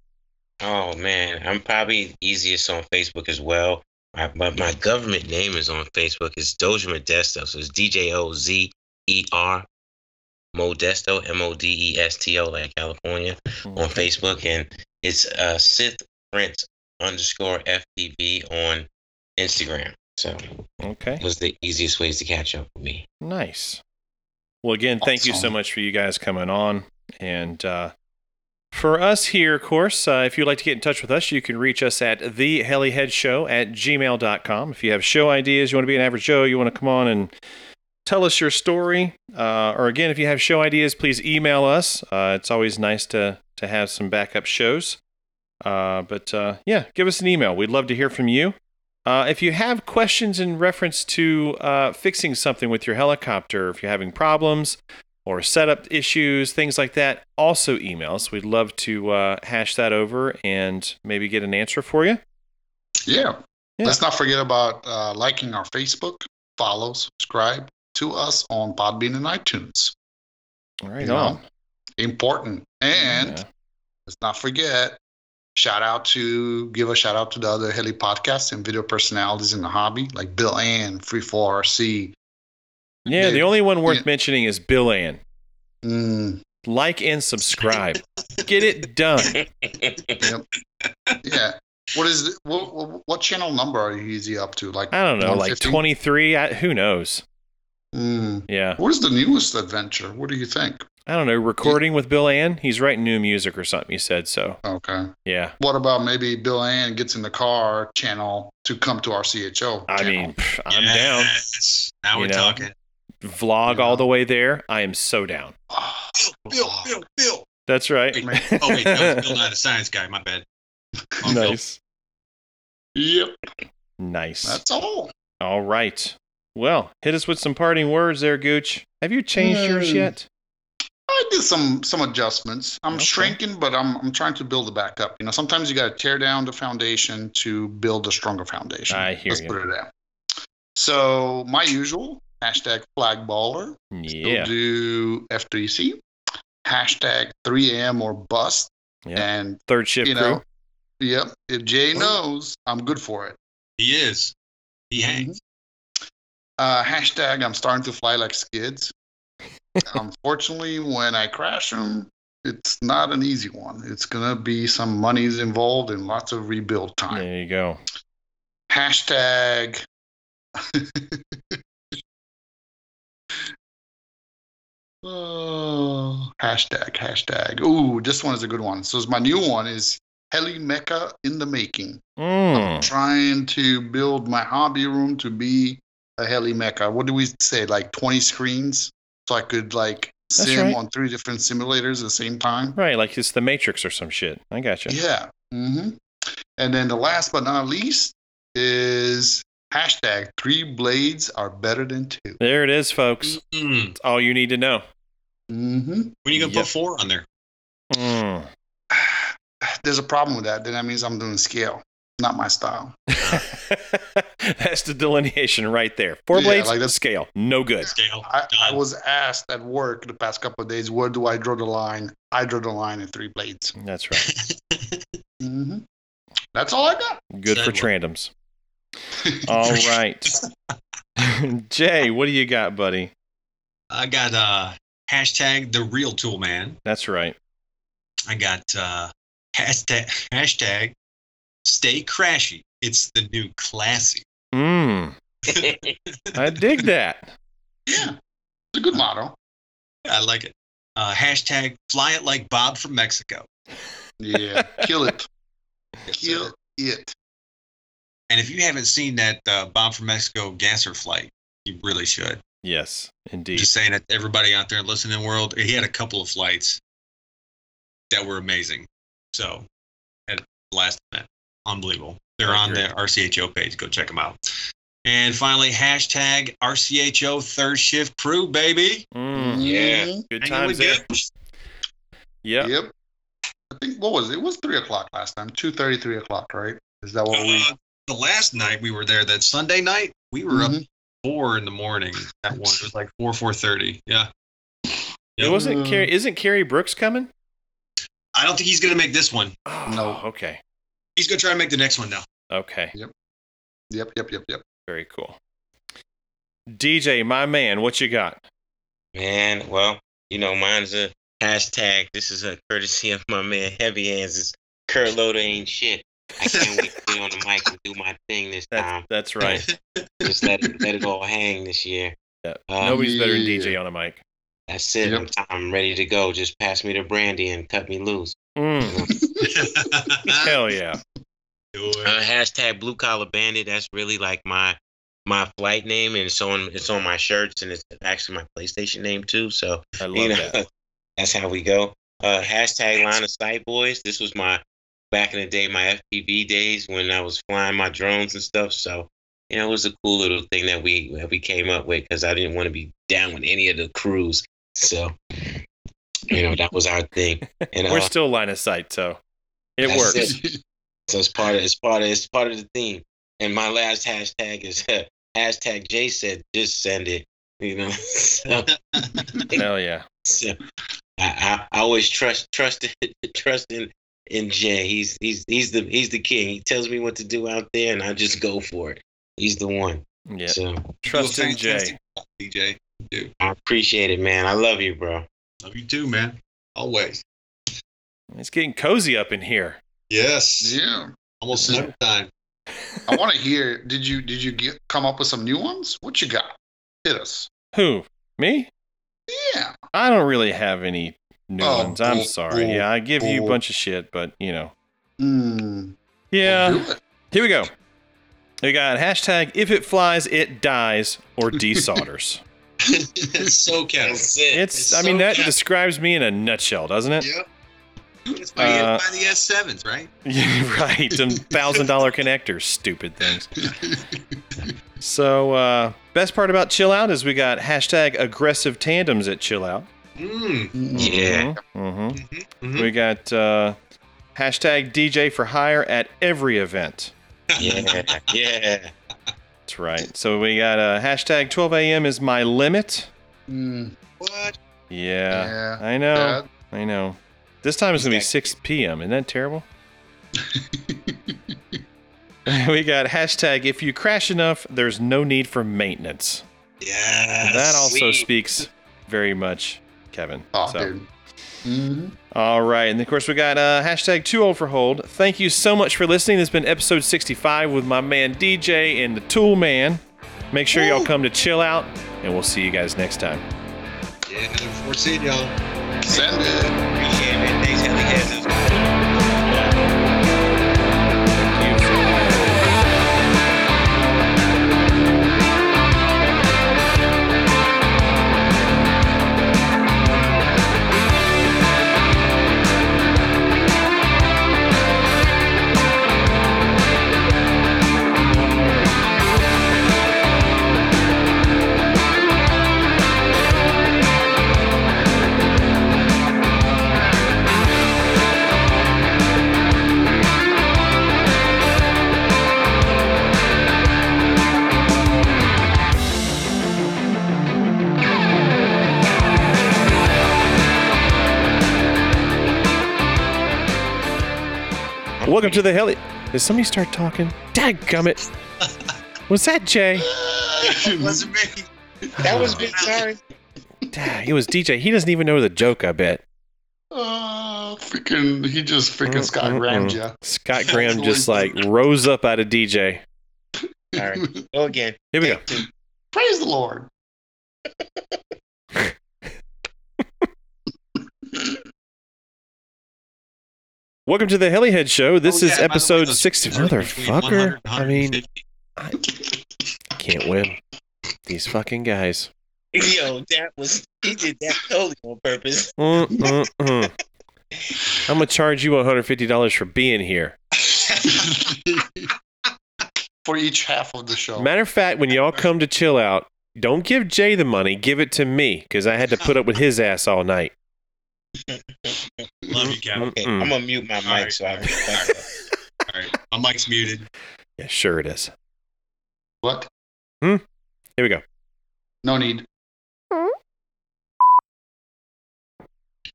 D: Oh man, I'm probably easiest on Facebook as well. My, but my government name is on Facebook. It's Doja Modesto. So it's D J O Z E R Modesto M O D E S T O like California on Facebook, and it's uh, Sith Prince underscore FPB on Instagram. So
A: Okay,
D: those are the easiest ways to catch up with me.
A: nice. Well, again, thank you so
B: Awesome.
A: much for you guys coming on. And uh, for us here, of course, uh, if you'd like to get in touch with us, you can reach us at theheliheadshow at gmail.com. If you have show ideas, you want to be an average Joe, you want to come on and tell us your story. Uh, or again, if you have show ideas, please email us. Uh, it's always nice to to have some backup shows. Uh, but uh, yeah, give us an email. We'd love to hear from you. Uh, if you have questions in reference to uh, fixing something with your helicopter, if you're having problems or setup issues, things like that, also email us. We'd love to uh, hash that over and maybe get an answer for you.
B: Yeah.
A: Yeah.
B: Let's not forget about uh, liking our Facebook, follow, subscribe to us on Podbean and iTunes.
A: All
B: You
A: right,
B: know,
A: on.
B: important. And
A: Yeah.
B: let's not forget shout out to give a shout out to the other heli podcasts and video personalities in the hobby like bill ann free 4rc
A: Yeah, the
B: Dude.
A: only one worth
B: Yeah.
A: mentioning is Bill Ann.
B: Mm,
A: Like and subscribe. get it done.
B: yeah what is the, what, what, what channel number are you easy up to like
A: I don't know, like
B: 150?
A: 23. I, who knows?
B: Mm.
A: Yeah.
B: what is the newest adventure what do you think
A: I don't know. Recording with Bill Ann. He's writing new music or something. You said so.
B: okay
A: Yeah.
B: what about maybe bill ann gets in the car channel to come to our cho
A: I
B: channel?
A: mean, pff, I'm down.
F: Yes. Now
A: You
F: we're
A: know.
F: talking.
A: Vlog
B: Yeah.
A: all the way there. I am so down.
B: Oh,
F: Bill, Bill, Bill.
A: That's right.
F: Wait, Oh wait, that was Bill, not a science guy. My bad. Oh, Bill.
A: nice.
B: yep
A: Nice.
B: that's all
A: All right. Well, hit us with some parting words there, Gooch. Have you changed yours
B: Hmm.
A: yet?
B: I did some some adjustments. I'm
A: Okay.
B: shrinking, but I'm I'm trying to build it back up. You know, sometimes you got to tear down the foundation to build a stronger foundation.
A: I hear
B: Let's
A: you.
B: put it out. So my usual hashtag flagballer.
A: Yeah.
B: We'll do F3C hashtag 3am or bust.
A: yeah.
B: And
A: Third shift
B: you
A: crew.
B: know, yep. If Jay knows, I'm good for it.
F: He is. He hangs.
B: Uh, hashtag I'm starting to fly like skids. Unfortunately, when I crash them, it's not an easy one. It's gonna be some money's involved and lots of rebuild time.
A: There you go.
B: Hashtag. oh, hashtag hashtag. Ooh, this one is a good one. So it's my new one is Heli Mecca in the making
A: Mm.
B: trying to build my hobby room to be a heli mecca. What do we say? Like 20 screens, so I could like
A: That's
B: sim
A: right.
B: on three different simulators at the same time.
A: Right. Like it's the Matrix or some shit. I gotcha.
B: Mm-hmm. Yeah. hmm And then the last but not least is is hashtag three blades are better than 2
A: There it is, folks.
F: Mm-hmm.
C: Mm.
A: That's all you need to know.
B: Mm-hmm.
C: When you gonna
A: Yep.
C: put four on there?
A: Mm.
B: There's a problem with that. Then that means I'm doing scale, not my style.
A: That's the delineation right there. Four
B: Yeah,
A: blades,
B: like that's-
A: scale, no good.
C: Scale.
B: I, I
C: Done.
B: was asked at work the past couple of days, where do I draw the line? I draw the line at three blades.
A: That's right.
B: Mm-hmm. That's all I got.
A: Good for trandoms. All right, Jay, what do you got, buddy?
C: I got uh hashtag the real tool man.
A: That's right.
C: I got uh hashtag hashtag stay crashy. It's the new classy.
A: Mm, I dig that.
B: Yeah, it's a good motto.
C: I like it. Uh, hashtag fly it like Bob from Mexico.
B: Yeah, kill it,
C: Yes,
B: kill
C: sir.
B: it.
C: And if you haven't seen that uh, Bob from Mexico gasser flight, you really should.
A: Yes, indeed.
C: Just saying that everybody out there in listening world, he had a couple of flights that were amazing. So at last event, unbelievable. They're
A: I
C: on the
A: agree.
C: RCHO page. Go check them out. And finally, hashtag RCHO third shift crew, baby.
A: Mm,
H: Yeah.
B: Mhm.
A: good
C: Hanging
A: times
C: with
A: there.
C: Gators.
A: Yep.
B: Yep. I think what was it? It was three o'clock last time. Two thirty, three o'clock, right? Is that what we?
C: Uh, the last night we were there, that Sunday night, we were up
B: Mhm.
C: four in the morning. That one it was like four four thirty. Yeah,
A: It wasn't. Carrie, isn't Carrie Brooks coming?
C: I don't think he's gonna make this one.
A: Oh,
B: No.
A: Okay.
C: He's gonna try to make the next one now.
A: Okay.
B: Yep, yep, yep, yep.
A: Very cool. DJ, my man, what you got?
D: Man, well, you know, mine's a hashtag. This is a courtesy of my man Heavy Hands. It's Kurt Loder ain't shit. I can't wait to get on the mic and do my thing this
A: That's
D: time.
A: that's right.
D: Just let it, let it all hang this year.
A: Yeah.
D: Um,
A: Nobody's better than
B: yeah.
A: DJ on a mic.
D: That's it.
B: Yep.
D: I'm, I'm ready to go. Just pass me the brandy and cut me loose.
A: Mm, hell yeah.
C: Do it.
D: Uh, hashtag blue collar bandit. That's really like my my flight name, and it's on it's on my shirts, and it's actually my PlayStation name too. So
A: I love
D: you know,
A: that.
D: that's how we go. Uh, hashtag line of sight boys. This was my back in the day, my FPV days when I was flying my drones and stuff. So you know, it was a cool little thing that we that we came up with because I didn't want to be down with any of the crews. So you know, that was our thing. And
A: We're
D: uh,
A: still line of sight, so it
D: That's
A: works.
D: it. So it's part of it's part of it's part of the theme. And my last hashtag is hashtag Jay said just send it. You know, so,
A: Hell yeah.
D: so I, I, I always trust trust trust in in Jay. He's he's he's the he's the king. He tells me what to do out there, and I just go for it. He's the one.
A: Yeah.
D: So
A: Trust
C: Do a
A: in Jay.
C: fantastic job, DJ.
D: I appreciate it, man. I love you, bro.
C: Love you too, man. Always.
A: It's getting cozy up in here.
C: Yes.
B: Yeah.
C: Almost
B: Yeah.
C: every time.
B: I want to hear. Did you did you get, come up with some new ones? What you got? Hit us.
A: Who? Me?
B: Yeah.
A: I don't really have any new
B: Oh,
A: ones. I'm
B: bull-
A: sorry.
B: bull-
A: Yeah, I give you a
B: bull.
A: bunch of shit, but you know.
B: Mm.
A: Yeah.
B: Do it.
A: Here we go. We got hashtag if it flies, it dies or desolders.
C: it's so cattle.
D: That's it.
A: It's, I
C: so
A: mean, that
C: catchy.
A: describes me in a nutshell, doesn't it?
C: Yep. It's by,
A: Uh,
C: by the S sevens, right?
A: Yeah, right. Some thousand dollar connectors, stupid things. So, uh, best part about Chill Out is we got hashtag aggressive tandems at Chill Out.
C: Mm.
B: Mm.
D: yeah.
A: hmm
C: mhm.
A: We got uh, hashtag DJ for hire at every event.
D: Yeah. Yeah.
A: That's right. So we got uh, hashtag 12 a.m. is my limit.
B: Mm.
C: What?
A: Yeah, Oh,
B: Yeah.
A: I know.
B: That-
A: I know. This time it's gonna be 6 p.m. Isn't that terrible? we got hashtag if you crash enough, there's no need for maintenance.
C: Yeah.
A: that also
D: sweet.
A: speaks very much, Kevin.
B: Oh,
A: So,
B: dude. hmm
A: all right, and of course we got uh, hashtag two old for hold. Thank you so much for listening. This has been episode 65 with my man DJ and the Tool Man. Make sure y'all come to chill out, and we'll see you guys next time.
C: Yeah. Foreseen y'all.
B: Send it.
D: Appreciate it, man. Thanks, Heavy Hands. It was cool.
A: Welcome to the heli. Did somebody start talking? Dadgummit. Was that Jay?
I: Wasn't me.
D: That was big. Sorry.
A: Dad, it was DJ. He doesn't even know the joke, I bet.
B: Oh, freaking! He just freaking Scott
A: Mm, mm,
B: Grahammed
A: mm.
B: ya.
A: Scott Graham just like rose up out of DJ.
D: All right. Go again.
A: Here we go.
B: Praise the Lord.
A: Welcome to the Helihead Show. This
C: Oh,
A: is
C: yeah, by the way,
A: episode
C: those
A: 60.
C: figures are between 100
A: Motherfucker.
C: and
A: I mean,
C: 150.
A: I can't win. These fucking guys.
D: Yo, that was he did that totally on purpose.
A: Mm, mm, mm. I'm going to charge you $150 for being here.
B: For each half of the show.
A: Matter of fact, when y'all come to chill out, don't give Jay the money. Give it to me because I had to put up with his ass all night.
C: love you, Kevin.
D: Okay,
A: Mm-mm.
D: I'm gonna mute my mic
C: All right.
D: so I can
C: All right, my mic's muted.
A: Yeah, sure it is.
B: What?
A: Here we go.
B: No need.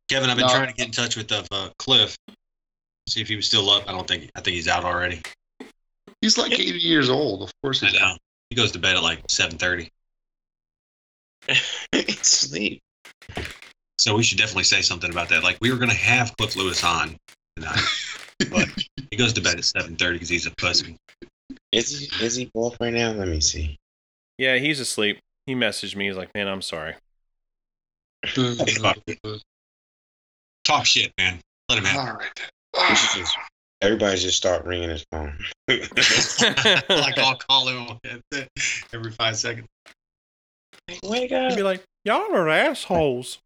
C: Kevin, I've been
B: No.
C: trying to get in touch with uh, uh, Cliff. See if he was still up. I don't think. I think he's out already.
B: He's like 80 years old. Of course
C: I
B: he's.
C: know. He goes to bed at like seven thirty.
D: sleep.
C: So we should definitely say something about that. Like we were gonna have Cliff Lewis on tonight, but he goes to bed at seven thirty because he's a pussy.
D: Is he is he off right now? Let me see.
A: Yeah, he's asleep. He messaged me. He's like, man, I'm sorry.
C: Talk shit, man. Let him have.
B: All right. Ah.
D: We should just- everybody just start ringing his phone.
C: it. like I'll call him every five seconds.
D: Wake
A: He'd
D: up!
A: be like, y'all are assholes.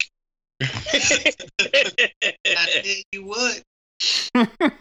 C: I tell you what.